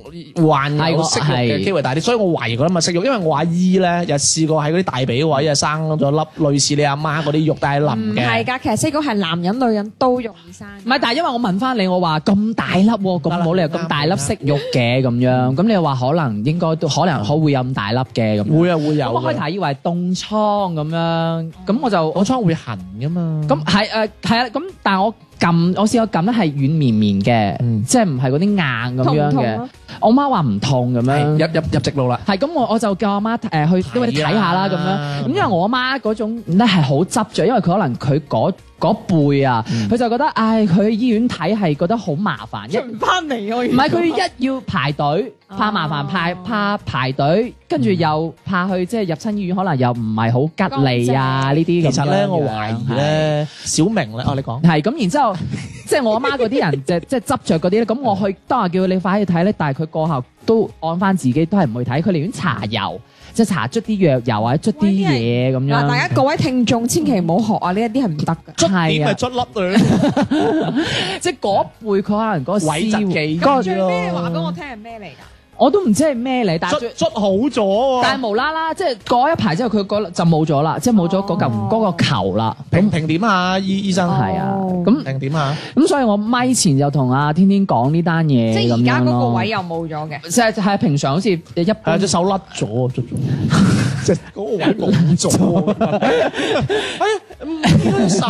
Speaker 4: 患有息肉嘅機會大啲，所以我懷疑嗰粒咪息肉，因為我阿姨咧又試過喺嗰啲大髀位啊生咗粒類似你阿媽嗰啲肉，但係
Speaker 3: 唔
Speaker 1: 嗯
Speaker 4: 腍
Speaker 3: 係
Speaker 4: 嘅。
Speaker 3: 㗎，其實息肉係男人、女人都容易生。
Speaker 1: 唔係，但係因為我問翻你，我話咁大粒喎，咁冇理由咁大粒息肉嘅咁樣，咁你又話可能應該都可能可會有咁大粒嘅咁樣。
Speaker 4: 會啊會有
Speaker 1: 咁我開
Speaker 4: 嘅，
Speaker 1: 頭以為係凍瘡咁樣，咁我就
Speaker 4: 我瘡會痕噶嘛。
Speaker 1: 咁係誒係啊，咁但係我撳，我試過撳咧係軟綿綿嘅，
Speaker 4: 嗯
Speaker 1: 即係唔係嗰啲硬咁樣
Speaker 3: 痛唔痛
Speaker 1: 嘅
Speaker 3: 啊。
Speaker 1: 我媽話唔痛咁
Speaker 4: 係
Speaker 1: 樣。
Speaker 4: 入入入直路啦，
Speaker 1: 係咁，我我就叫我媽誒、呃去，因為你睇下啦咁樣。咁因為我媽嗰種咧係好執着，因為佢可能佢嗰嗰輩啊，佢、就覺得唉，佢去醫院睇係覺得好麻煩，一
Speaker 3: 唔啊翻嚟我
Speaker 1: 唔係佢一要排隊，怕麻煩，怕怕排隊，跟住又怕去即係入親醫院，可能又唔係好吉利啊呢啲
Speaker 4: 其
Speaker 1: 咁樣嘅。
Speaker 4: 實咧我懷疑咧，小明咧，哦你講。
Speaker 1: 係咁，然之後 即係我阿媽嗰啲人，即即係執着嗰啲咧。
Speaker 3: 嗯
Speaker 1: 咁我去當日叫你快啲去睇咧，但係佢過後都按翻自己都係唔去睇，佢寧願搽油，即係搽捽啲藥油或者捽啲嘢咁樣。
Speaker 3: 嗱，大家各位聽眾千祈唔好學啊！呢一啲係唔得㗎。
Speaker 4: 點
Speaker 1: 係
Speaker 4: 咪
Speaker 1: 啊，
Speaker 4: 捽粒佢？
Speaker 1: 即係嗰輩佢可能嗰個思
Speaker 4: 諱疾忌
Speaker 1: 維，
Speaker 4: 醫
Speaker 1: 嗰個
Speaker 3: 最尾你話俾我聽係咩嚟㗎？
Speaker 1: 我都唔知係咩嚟， 但係
Speaker 4: 捽
Speaker 1: 最
Speaker 4: 捽好咗喎。
Speaker 1: 但係無啦啦，即係過一排之後，佢嗰就冇咗啦，即係冇咗嗰
Speaker 3: 哦
Speaker 1: 嚿嗰個球啦。
Speaker 4: 評評點啊，醫醫生
Speaker 1: 係啊，
Speaker 3: 哦
Speaker 1: 咁
Speaker 4: 評點啊？
Speaker 1: 咁所以我咪前就同阿天天講呢單嘢
Speaker 3: 即
Speaker 1: 咁樣
Speaker 3: 係
Speaker 1: 咯。
Speaker 3: 而家嗰個位又啊冇咗嘅。
Speaker 1: 即係係平常好似一
Speaker 4: 係啊，
Speaker 1: 般
Speaker 4: 隻手甩咗 啊，捽咗，即係嗰個位冇啊咗。哎，唔見到隻手。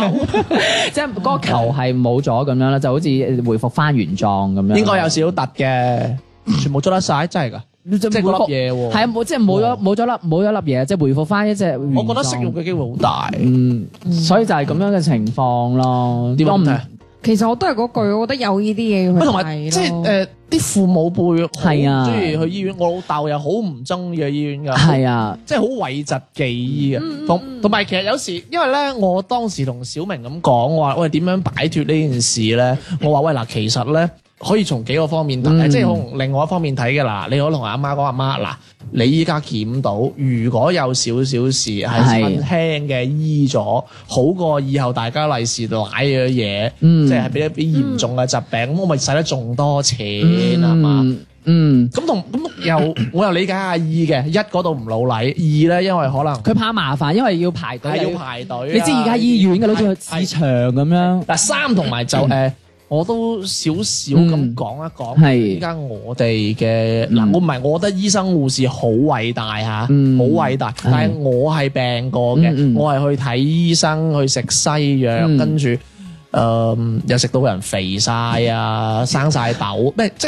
Speaker 1: 即係嗰個球係冇咗咁樣啦，就好似回復翻原狀咁樣。
Speaker 4: 應該有少少突嘅，
Speaker 1: 嗯
Speaker 4: 全部捽得晒，真係㗎。
Speaker 1: 即
Speaker 4: 即係嗰粒嘢喎
Speaker 1: 係啊，冇即係冇咗冇咗粒冇咗粒嘢，即係回復翻一隻原狀。
Speaker 4: 我覺得食用嘅機會好大。
Speaker 1: 嗯，所以就係咁樣嘅情況咯。
Speaker 4: 點
Speaker 1: 我唔
Speaker 4: 問題？
Speaker 3: 其實我都係嗰句，我覺得有呢啲嘢要去睇
Speaker 4: 喂同埋即係
Speaker 3: 咯
Speaker 4: 誒啲父母輩好
Speaker 1: 係啊
Speaker 4: 中意去醫院，我老豆又好唔中意去醫 院㗎。
Speaker 1: 係啊，
Speaker 4: 即係好諱疾忌醫
Speaker 1: 嗯
Speaker 4: 嘅，同同埋其實有時，因為咧，我當時同小明咁講，我話喂點樣擺脱呢件 事咧？我話喂嗱，其實咧可以從幾個方面睇，
Speaker 1: 嗯
Speaker 4: 即係從另外一方面睇嘅嗱，你可以同阿媽講阿媽嗱，你依家檢到，如果有少少事係
Speaker 1: 係
Speaker 4: 趁輕嘅醫咗，好過以後大家利是舐嘅嘢，
Speaker 1: 嗯
Speaker 4: 即係俾一啲嚴重嘅疾病，咁我咪使得仲多錢係嘛？
Speaker 1: 嗯嗯，
Speaker 4: 咁同 咁又我又理解阿姨嘅，一嗰度唔老禮，二咧因為可能
Speaker 1: 佢怕麻煩，因為要排隊。
Speaker 4: 係要。排隊啊。
Speaker 1: 你知而家醫院嘅好似去市場咁樣。
Speaker 4: 嗱三同埋就誒。我都少少咁
Speaker 1: 嗯
Speaker 4: 講一講，
Speaker 1: 係
Speaker 4: 依家我哋嘅嗱，
Speaker 1: 嗯
Speaker 4: 我唔係，我覺得醫生護士好偉大嚇，好
Speaker 1: 嗯
Speaker 4: 偉大。但係我係病過
Speaker 1: 嗯
Speaker 4: 嘅，
Speaker 1: 嗯
Speaker 4: 我係去睇醫生，去食西藥，
Speaker 1: 嗯
Speaker 4: 跟住誒又食到人肥晒啊，生晒痘，咩即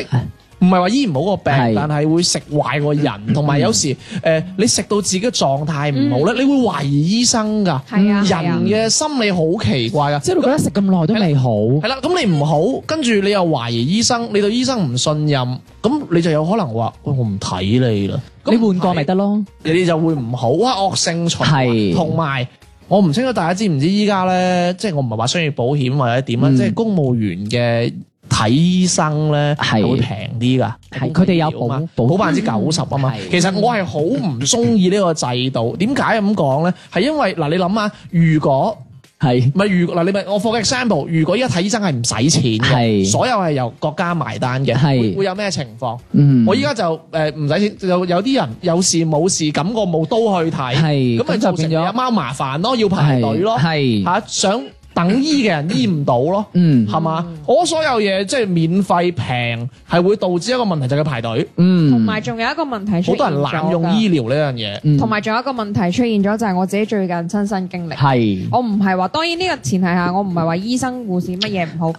Speaker 4: 唔係話醫唔好個病，
Speaker 1: 嗯係嗯
Speaker 4: 但係會食壞個人，同埋有時誒、呃你食到自己嘅狀態唔好
Speaker 1: 嗯
Speaker 4: 咧，你會懷疑醫生㗎。
Speaker 3: 係啊係啊
Speaker 4: 人嘅心理好奇怪㗎。
Speaker 1: 即係你覺得食咁耐都未好，
Speaker 4: 係啦，咁你唔好，跟住你又懷疑醫生，你對醫生唔信任，咁你就有可能話：喂，我唔睇你啦。咁
Speaker 1: 你換過咪得咯？
Speaker 4: 你就會唔好啊，惡性循環。
Speaker 1: 係
Speaker 4: 同埋我唔清楚大家知唔知依家咧，即係我唔係話商業保險或者點啊，
Speaker 1: 嗯
Speaker 4: 即係公務員嘅睇醫生咧
Speaker 1: 係
Speaker 4: 係會平啲噶，
Speaker 1: 係佢哋有
Speaker 4: 公務員啊嘛
Speaker 1: 保
Speaker 4: 保
Speaker 1: 保
Speaker 4: 百分之九十啊嘛。
Speaker 1: 係
Speaker 4: 其實我係好唔中意呢個制度，點解咁講咧？係因為嗱，你諗下，如果
Speaker 1: 係
Speaker 4: 咪如嗱，你咪我 for example，如果依家睇醫生係唔使錢嘅，
Speaker 1: 係
Speaker 4: 所有係由國家埋單嘅，
Speaker 1: 係
Speaker 4: 會會有咩情況？
Speaker 1: 嗯，
Speaker 4: 我依家就誒唔使錢，有有啲人有事冇事感覺冇都去睇，
Speaker 1: 係
Speaker 4: 咁咪
Speaker 1: 咁就
Speaker 4: 造成
Speaker 1: 變咗
Speaker 4: 阿媽麻煩咯，要排隊咯，
Speaker 1: 係係
Speaker 4: 嚇想等醫嘅人醫唔到咯，
Speaker 1: 嗯
Speaker 4: 係嘛？我所有嘢即係免費平，係會導致一個問題就係排隊，
Speaker 1: 嗯，
Speaker 3: 同埋仲有一個問題出現
Speaker 4: 好
Speaker 3: 咗
Speaker 4: 多
Speaker 3: 㗎
Speaker 4: 人濫用醫療呢樣嘢。
Speaker 1: 嗯
Speaker 3: 同埋仲有一個問題出現咗，就係我自己最近親身經歷。
Speaker 1: 係
Speaker 3: 我唔係話，當然呢個前提下，我唔係話醫生護士乜嘢唔
Speaker 1: 嗯
Speaker 3: 好，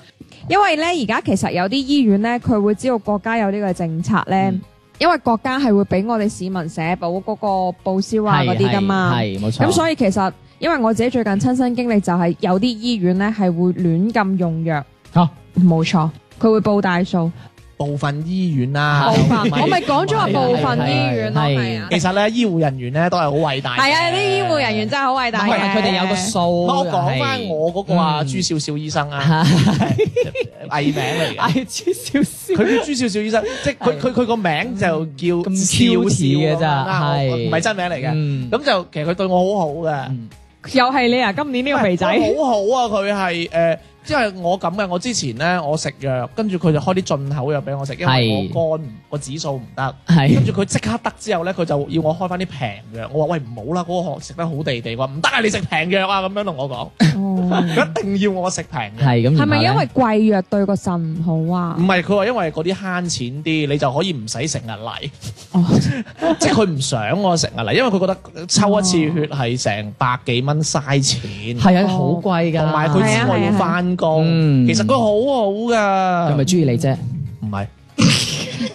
Speaker 3: 因為呢而家其實有啲醫院呢，佢會知道國家有呢個政策呢。一因為國家係會俾我哋市民社保嗰個報銷啊嗰啲噶嘛。
Speaker 1: 係冇錯。
Speaker 3: 咁所以其實因為我自己最近親身經歷就係有啲醫院咧係會亂咁用藥，
Speaker 1: 嚇
Speaker 3: 冇錯，佢會報大數。
Speaker 4: 部分醫院啦，
Speaker 3: 部分
Speaker 4: 唔係
Speaker 3: 我咪講咗話部分醫院咯，
Speaker 1: 係
Speaker 3: 係啊，
Speaker 4: 其實咧，醫護人員咧都係好偉大嘅。
Speaker 3: 係啊，啲醫護人員真係好偉大
Speaker 1: 因為佢哋有個
Speaker 3: 嘅
Speaker 1: 數。
Speaker 4: 我講翻我嗰個啊，
Speaker 1: 嗯
Speaker 4: 朱少少醫生啊，
Speaker 1: 係。
Speaker 3: 哎
Speaker 4: 藝名嚟嘅。
Speaker 1: 係黐少少。
Speaker 4: 佢叫朱少少醫生，即係佢
Speaker 1: 係
Speaker 4: 佢佢個名就
Speaker 3: 嗯
Speaker 4: 叫
Speaker 1: 咁
Speaker 4: 少
Speaker 1: cute 嘅咋
Speaker 4: 少咁樣啦
Speaker 1: 係
Speaker 4: 我唔係真名嚟嘅。
Speaker 1: 嗯
Speaker 4: 咁就其實佢對我好好嘅。
Speaker 1: 嗯
Speaker 3: 又係你啊！今年呢個肥仔，
Speaker 4: 佢好好啊！佢係誒，呃即係我咁嘅。我之前咧，我食藥，跟住佢就開啲進口藥俾我食，因為
Speaker 1: 係
Speaker 4: 我肝個指數唔得。跟
Speaker 1: 係
Speaker 4: 住佢即刻得之後咧，佢就要我開翻啲平藥。我話喂唔好啦，嗰、個學食得好地地，話唔得啊！你食平藥啊，咁樣同我講，
Speaker 3: 哦
Speaker 4: 佢一定要我食平藥。
Speaker 1: 係咁。
Speaker 3: 係咪因為貴藥對個腎唔好啊
Speaker 4: 唔？係佢話因為嗰啲慳錢啲，你就可以唔使成日嚟。
Speaker 3: 哦
Speaker 4: 即係佢唔想我成日嚟，因為佢覺得抽一次血係成百幾蚊嘥錢。
Speaker 1: 係啊？好貴㗎。
Speaker 4: 同埋佢
Speaker 3: 係啊
Speaker 4: 之外要翻工，
Speaker 1: 嗯
Speaker 4: 其實佢好好噶。
Speaker 1: 佢咪中意你啫？
Speaker 4: 唔係？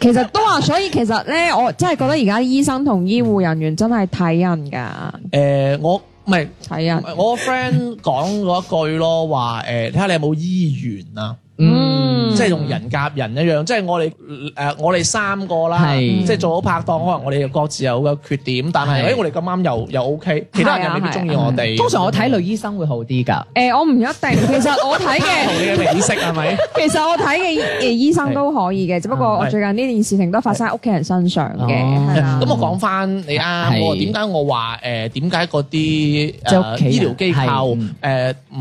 Speaker 3: 其實都話，所以其實咧，我真係覺得而家醫生同醫護人員真係睇人㗎，
Speaker 4: 誒，我唔係
Speaker 3: 睇人。
Speaker 4: 我個 friend 講嗰一句咯，話誒睇下你有冇醫緣啊，
Speaker 1: 嗯，
Speaker 4: 即係用人夾人一樣，即係我哋誒我哋三個啦，
Speaker 1: 係
Speaker 4: 即係做好拍檔，可能我哋各自有嘅缺點，但係
Speaker 1: 係
Speaker 4: 誒我哋咁啱又又 OK，其他人又未必中意我哋。
Speaker 1: 通常我睇女醫生會好啲㗎。
Speaker 3: 誒，我唔一定。其實我睇
Speaker 4: 同
Speaker 3: 嘅，
Speaker 4: 你嘅美色係咪？
Speaker 3: 其實我睇嘅誒醫生都可以嘅，只不過我最近呢件事情都發生喺屋企人身上嘅，
Speaker 1: 嗯哦
Speaker 3: 係啦
Speaker 4: 咁。我講翻你啱
Speaker 1: 係
Speaker 4: 喎，點解我話誒點解嗰啲
Speaker 1: 係屋
Speaker 4: 誒
Speaker 1: 企人
Speaker 4: 醫療機
Speaker 1: 係
Speaker 4: 構
Speaker 1: 嗯
Speaker 4: 誒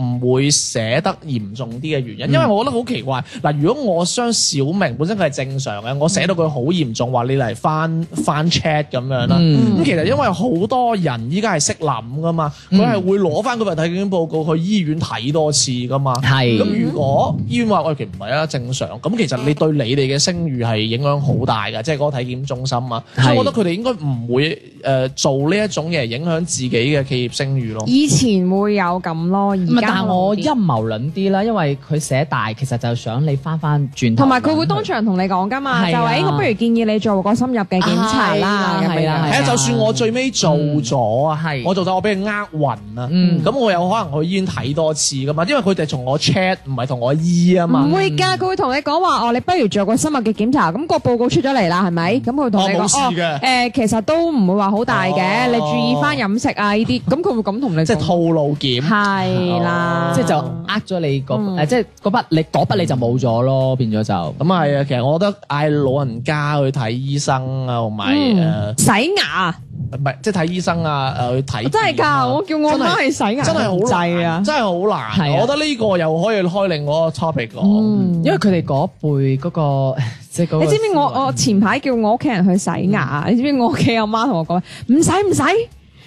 Speaker 4: 唔唔會寫得嚴重啲嘅
Speaker 1: 嗯
Speaker 4: 原因？因為我覺得好奇怪嗱，如果我傷小明本身佢係正常嘅，我寫到佢好嚴重，話你嚟翻翻 check 咁樣啦。
Speaker 1: 嗯
Speaker 4: 咁其實因為好多人依家係識諗噶嘛，佢
Speaker 1: 嗯
Speaker 4: 係會攞翻嗰份體檢報告去醫院睇多次噶嘛。
Speaker 3: 嗯
Speaker 4: 咁
Speaker 1: 係。
Speaker 4: 如果醫院話喂，其實唔係啊，正常。咁其實你對你哋嘅聲譽係影響好大嘅，即係嗰個體檢中心啊。
Speaker 1: 係
Speaker 4: 所以我覺得佢哋應該唔會誒、呃做呢一種嘢影響自己嘅企業聲譽咯。
Speaker 3: 以前會有咁咯，
Speaker 1: 唔
Speaker 3: 而
Speaker 1: 係，
Speaker 3: 家
Speaker 1: 啊但係我
Speaker 3: 可能冇啲
Speaker 1: 陰謀論啲啦，因為佢寫大，其實就想你翻翻轉頭。
Speaker 3: 同埋佢會當場同你講㗎嘛，
Speaker 1: 係啊
Speaker 3: 就話誒，我不如建議你做個深入嘅檢查啦，
Speaker 1: 係啦
Speaker 3: 咁
Speaker 1: 係
Speaker 3: 樣
Speaker 1: 啦。
Speaker 4: 係啊，就算我最尾做咗啊，
Speaker 1: 嗯係
Speaker 4: 我做到我俾佢呃暈啊，
Speaker 1: 嗯
Speaker 4: 咁我有可能去醫院睇多次噶嘛，因為佢哋同我 check 唔係同我醫啊嘛。
Speaker 3: 唔會㗎，佢會同你講話哦，你不如做個深入嘅檢查，咁個報告出咗嚟啦，係咪？咁佢會同你
Speaker 4: 哦冇事
Speaker 3: 講哦，
Speaker 4: 嘅
Speaker 3: 誒其實都唔會話好大嘅，
Speaker 4: 哦
Speaker 3: 你注意翻飲食啊呢啲，咁佢會咁同你
Speaker 4: 即係
Speaker 3: 講。
Speaker 4: 套路檢，
Speaker 3: 係
Speaker 4: 哦
Speaker 3: 啦，
Speaker 1: 即係就呃咗你嗰
Speaker 3: 嗯
Speaker 1: 誒，即係嗰筆你嗰筆你就冇咗咯，變咗就。
Speaker 4: 咁啊係啊，其實我覺得嗌老人家去睇醫生啊，同埋誒
Speaker 3: 嗯洗牙，
Speaker 4: 唔係即係睇醫生啊，誒去睇
Speaker 3: 真係
Speaker 4: 片啊
Speaker 3: 㗎，我叫我媽去洗牙，
Speaker 4: 真係好
Speaker 3: 滯
Speaker 4: 難
Speaker 3: 啊！
Speaker 4: 真係好
Speaker 1: 係
Speaker 4: 難。
Speaker 1: 啊
Speaker 4: 我覺得呢個又可以開另外一個 topic 講。
Speaker 3: 嗯
Speaker 1: 因為佢哋嗰輩嗰個 即係嗰個
Speaker 3: 你知唔知我我前排叫我屋企人去洗牙，
Speaker 4: 嗯
Speaker 3: 你知唔知我屋企阿媽同我講唔使唔使，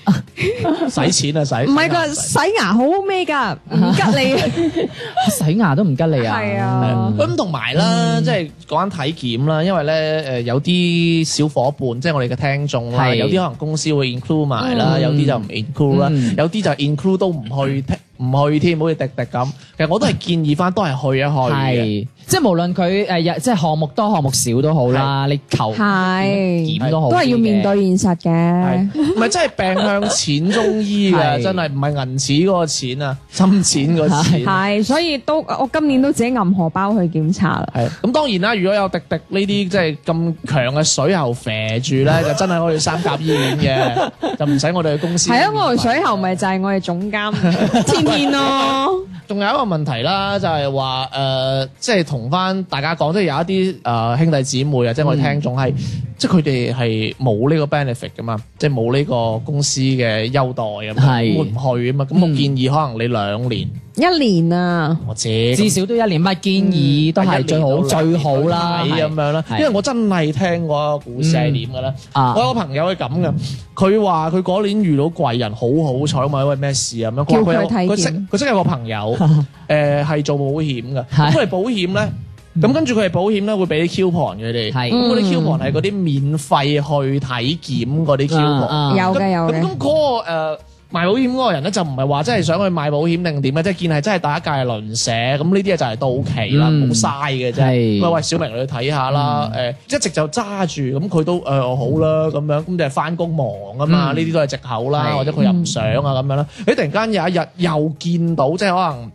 Speaker 3: 唔
Speaker 4: 使錢啊，使
Speaker 3: 係佢話
Speaker 4: 使
Speaker 3: 洗牙好咩㗎，唔吉 你。
Speaker 1: 洗牙都唔吉你啊？嗯
Speaker 3: 係啊
Speaker 4: 咁同埋啦，即係講緊體檢啦，因為咧誒有啲小伙伴，即係我哋嘅聽眾啦，
Speaker 1: 係
Speaker 4: 有啲可能公司會 include 埋啦，有啲就唔 include 啦
Speaker 1: 嗯，
Speaker 4: 有啲就 include 都唔去唔去添，好似迪迪咁。其實我都係建議翻，都係去一去嘅。
Speaker 1: 係，即係無論佢誒有即係項目多項目少都好啦，你求
Speaker 3: 係
Speaker 1: 檢都好，
Speaker 3: 都係要面對。現實嘅
Speaker 4: 係。唔係真係病向錢中醫嘅，
Speaker 1: 係
Speaker 4: 真係唔係銀紙嗰個錢啊，心錢個錢。啊
Speaker 3: 係，所以都我今年都自己揞荷包去檢查啦。
Speaker 4: 係咁，當然啦，如果有滴滴呢啲即係咁強嘅水喉啡住咧，就真係可以去三甲醫院嘅，就唔使我哋去公司。
Speaker 3: 係啊，我哋水喉咪就係我哋總監 天天咯。
Speaker 4: 仲有一個問題啦，就係話誒，即係同翻大家講，即係有一啲誒、呃兄弟姊妹啊，即係我哋聽眾係，即係佢哋係冇呢個 benefit 噶嘛，即係冇呢個公司嘅優待咁嘛，
Speaker 1: 係
Speaker 4: 咁我唔去啊嘛，咁我建議可能你兩年，
Speaker 3: 一年啊，
Speaker 4: 我自
Speaker 1: 至少都一年，乜建議都係最
Speaker 4: 嗯
Speaker 1: 好最好啦，
Speaker 4: 咁樣啦。因
Speaker 1: 係
Speaker 4: 為我真係聽過一個故事係點嘅咧。
Speaker 1: 啊
Speaker 4: 我有個朋友係咁嘅，佢話佢嗰年遇到貴人，好好彩嘛，喂咩事啊咁樣。佢話
Speaker 3: 叫佢
Speaker 4: 佢有
Speaker 3: 體
Speaker 4: 佢識
Speaker 3: 檢
Speaker 4: 佢識有個朋友，誒係做保險嘅，
Speaker 1: 係
Speaker 4: 咁佢哋保險咧。咁跟住佢哋保險咧會俾啲 coupon 佢哋，
Speaker 1: 係
Speaker 4: 咁嗰啲 coupon 係嗰啲免費去體檢嗰啲
Speaker 1: 啊
Speaker 4: coupon，
Speaker 1: 啊
Speaker 3: 有嘅
Speaker 4: 咁
Speaker 3: 有
Speaker 4: 咁
Speaker 3: 嘅。
Speaker 4: 咁嗰個誒賣保險嗰個人咧就唔係話真係想去賣保險定點嘅，即係見係真係大家界係鄰舍，咁呢啲嘢就係到期啦，
Speaker 1: 嗯
Speaker 4: 冇嘥嘅
Speaker 1: 係
Speaker 4: 啫。喂喂，小明你去睇下啦，誒
Speaker 1: 嗯
Speaker 4: 一直就揸住，咁佢都誒我好啦咁樣，咁就係翻工忙啊嘛，
Speaker 1: 嗯
Speaker 4: 呢啲都係藉口啦，
Speaker 1: 係嗯
Speaker 4: 或者佢又唔想啊咁樣啦。你突然間有一日又見到，即係可能。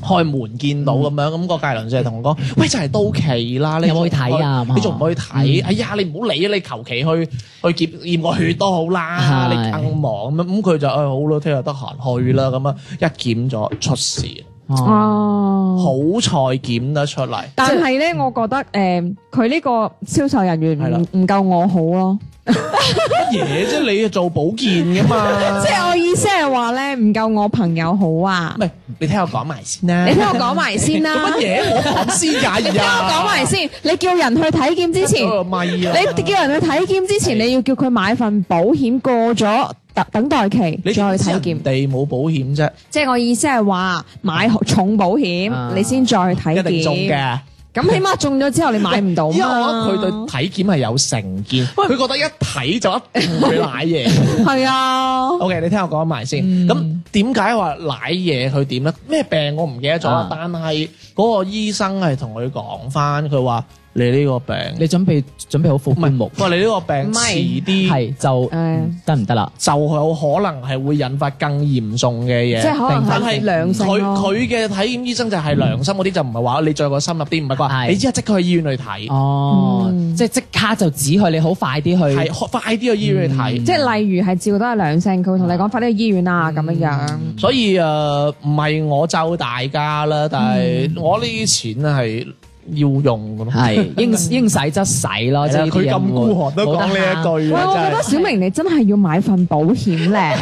Speaker 4: 開門見
Speaker 1: 嗯
Speaker 4: 到咁樣，咁、個界鄰舍同我講：喂，就係到期啦，你
Speaker 1: 有冇去睇啊
Speaker 4: 你仲唔去睇？哎呀，你唔好理啊！你求其去去檢驗個血都好啦，
Speaker 1: 係
Speaker 4: 你更忙咁樣。咁佢就誒哎好咯，聽日得閒去啦咁啊，一檢咗出事，
Speaker 1: 嗯
Speaker 3: 哦。
Speaker 4: 好彩檢得出嚟。
Speaker 3: 但係咧，我覺得誒，佢呢個銷售人員
Speaker 4: 係啦
Speaker 3: 唔唔夠我好咯。
Speaker 4: 乜嘢啫？你做保健 噶嘛
Speaker 3: 即？係我意思係話咧，唔夠我朋友好啊
Speaker 4: 唔。係，你聽我講埋先啦。
Speaker 3: 你聽我講埋 先啦。
Speaker 4: 做乜嘢？我講先㗎，
Speaker 3: 你聽我講埋先。你叫人去體檢 之前，
Speaker 4: 咪啊！
Speaker 3: 你叫人去體檢之前，
Speaker 4: 係
Speaker 3: 你要叫佢買份保險過咗等等待期
Speaker 4: 你
Speaker 3: 再去體檢
Speaker 4: 人。哋冇保險啫，
Speaker 3: 即係我意思係話買重保險，
Speaker 1: 啊
Speaker 3: 你先再去體檢。
Speaker 4: 一定中嘅。
Speaker 3: 咁起碼中咗之後你買唔到
Speaker 4: 因為我
Speaker 3: 嘛？
Speaker 4: 覺得佢對體檢係有成見，佢覺得一睇就一定會舐 嘢。
Speaker 3: 係啊，
Speaker 4: OK，你聽我講埋先。咁點解話舐嘢佢點咧？咩病我唔記得咗啦
Speaker 1: 啊，
Speaker 4: 但係嗰個醫生係同佢講翻，佢話你呢個病，
Speaker 1: 你準備準備好副棺木，
Speaker 4: 佢話你呢個病
Speaker 3: 唔係
Speaker 4: 遲啲
Speaker 1: 係就嗯
Speaker 3: 誒
Speaker 1: 得唔得啦？
Speaker 4: 就有可能係會引發更嚴重嘅嘢。
Speaker 3: 即係可能
Speaker 4: 但
Speaker 3: 係
Speaker 4: 係
Speaker 3: 良性
Speaker 4: 佢佢
Speaker 3: 咯。
Speaker 4: 嘅體檢醫生就係良心嗰啲，就唔係話你再個深入啲，唔係話
Speaker 1: 係
Speaker 4: 你依家即刻去醫院去睇，
Speaker 1: 哦，
Speaker 3: 嗯
Speaker 1: 即係即刻就指佢，你好快啲
Speaker 4: 係
Speaker 1: 去。
Speaker 4: 快啲去醫院去睇。
Speaker 3: 即係例如係照到係良性，佢會同你講快啲去醫院啊
Speaker 4: 嗯
Speaker 3: 咁樣樣。
Speaker 4: 所以誒，呃唔係我咒大家啦，但係我呢啲錢係要用嘅咯。
Speaker 1: 係應應使則使咯，即係
Speaker 4: 係啦
Speaker 1: 呢啲
Speaker 4: 佢
Speaker 1: 人
Speaker 4: 咁
Speaker 1: 會
Speaker 4: 孤寒都講
Speaker 1: 冇
Speaker 4: 呢一
Speaker 1: 得慳
Speaker 4: 句
Speaker 3: 喂，我覺
Speaker 4: 啊，
Speaker 3: 得小明你真係要買份保險 咧，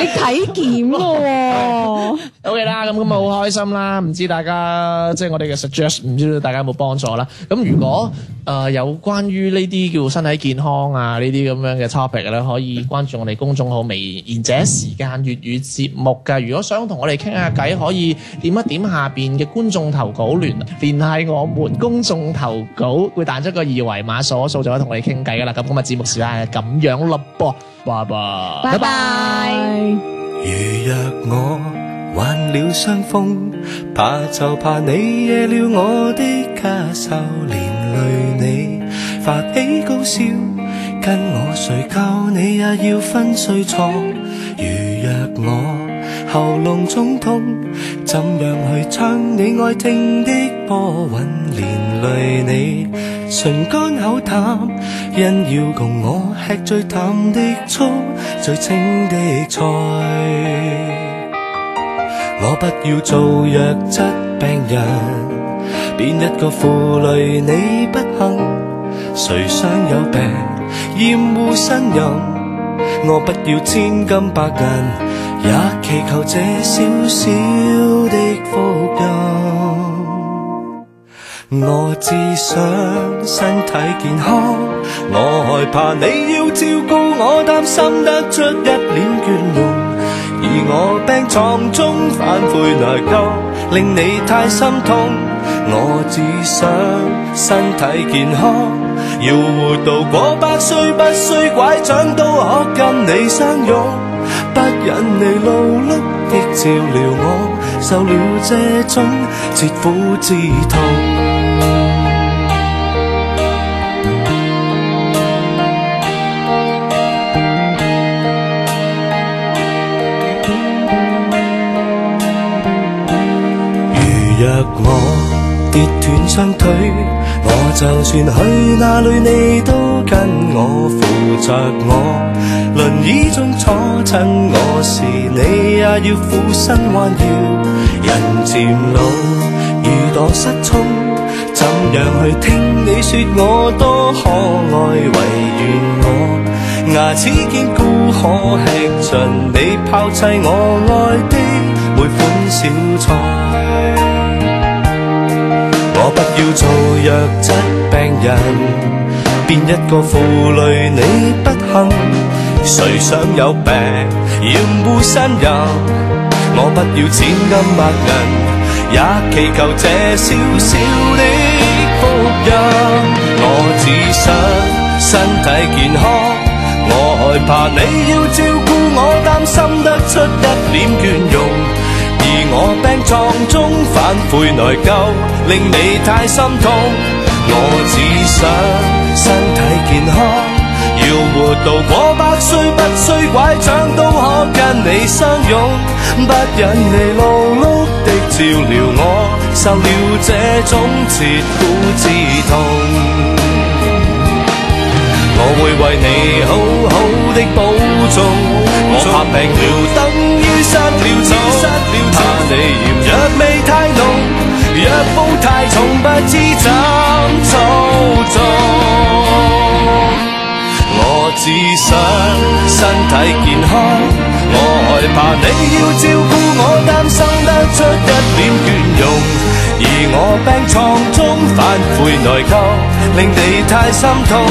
Speaker 3: 你體檢嘅 喎。
Speaker 4: 真係 OK 啦。咁咁啊，好開心啦！唔知大家即係我哋嘅 suggest，唔知道大家有冇幫助啦。咁如果誒有關於呢啲叫身體健康啊呢啲咁樣嘅 topic 咧，可以關注我哋公眾號微賢者時間粵語節目㗎。如果想同我哋傾下偈，可以點一點下邊嘅觀眾投稿聯聯繫我們公眾投稿，會彈出個二維碼掃一掃就可以同我哋傾偈噶啦。咁今日節目時間係咁樣咯噃，拜拜。
Speaker 3: 拜拜。
Speaker 10: 如若我患了傷風，怕就怕你惹了我的家愁，連累你發起高燒，跟我睡覺你也要昏睡床。如若我喉嚨腫痛，怎樣去唱你愛聽的波韻，連累你唇乾口淡，因要共我吃最淡的醋，最清的菜。我不要做弱質病人，變一個負累你不幸。誰想有病厭惡呻吟？我不要千金百銀，也祈求這小小的福蔭。我只想身體健康，我害怕你要照顧我，擔心得出一臉倦容，而我病床中反悔內疚，令你太心痛。我只想身體健康，要活到過百歲，不需拐杖都可跟你相擁，不忍你勞碌的照料我，受了這種切膚之痛。如若我跌斷雙腿，我就算去哪裏，你都跟我扶着我。輪椅中坐親我時，你也要俯身彎腰。人漸老，如朵失聰，怎樣去聽你說我多可愛？唯願我牙齒堅固，可吃盡你拋棄我愛的每款小菜。我不要做弱質病人，變一個負累你不幸。誰想有病厭惡呻吟？我不要千金百銀，也祈求這小小的福蔭。我只想身體健康，我害怕你要照顧。我擔心得出一臉倦容，而我病狀中反悔內疚，令你太心痛。我只想身體健康，要活到過百歲，不需拐杖都可跟你相擁，不忍你勞碌的照料我，受了這種切膚之痛。我會為你好好的保重。我怕病了等於失了蹤，怕你嫌藥味太濃，藥煲太重，不知怎操縱。我只想身體健康，我害怕你要照顧我，擔心得出一臉倦容。而我病床中反悔內疚，令你太心痛。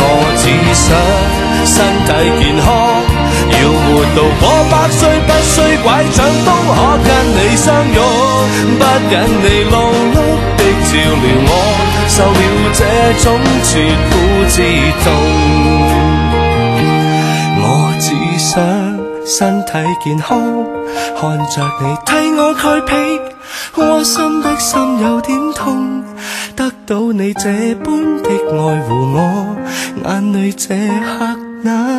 Speaker 10: 我只想身體健康，要活到過百歲，不需拐杖都可跟你相擁，不忍你勞碌的照料我，受了這種切膚之痛。我只想身體健康，看着你替我蓋被，窩心的心有點痛。得到你這般的愛護我，眼淚這刻那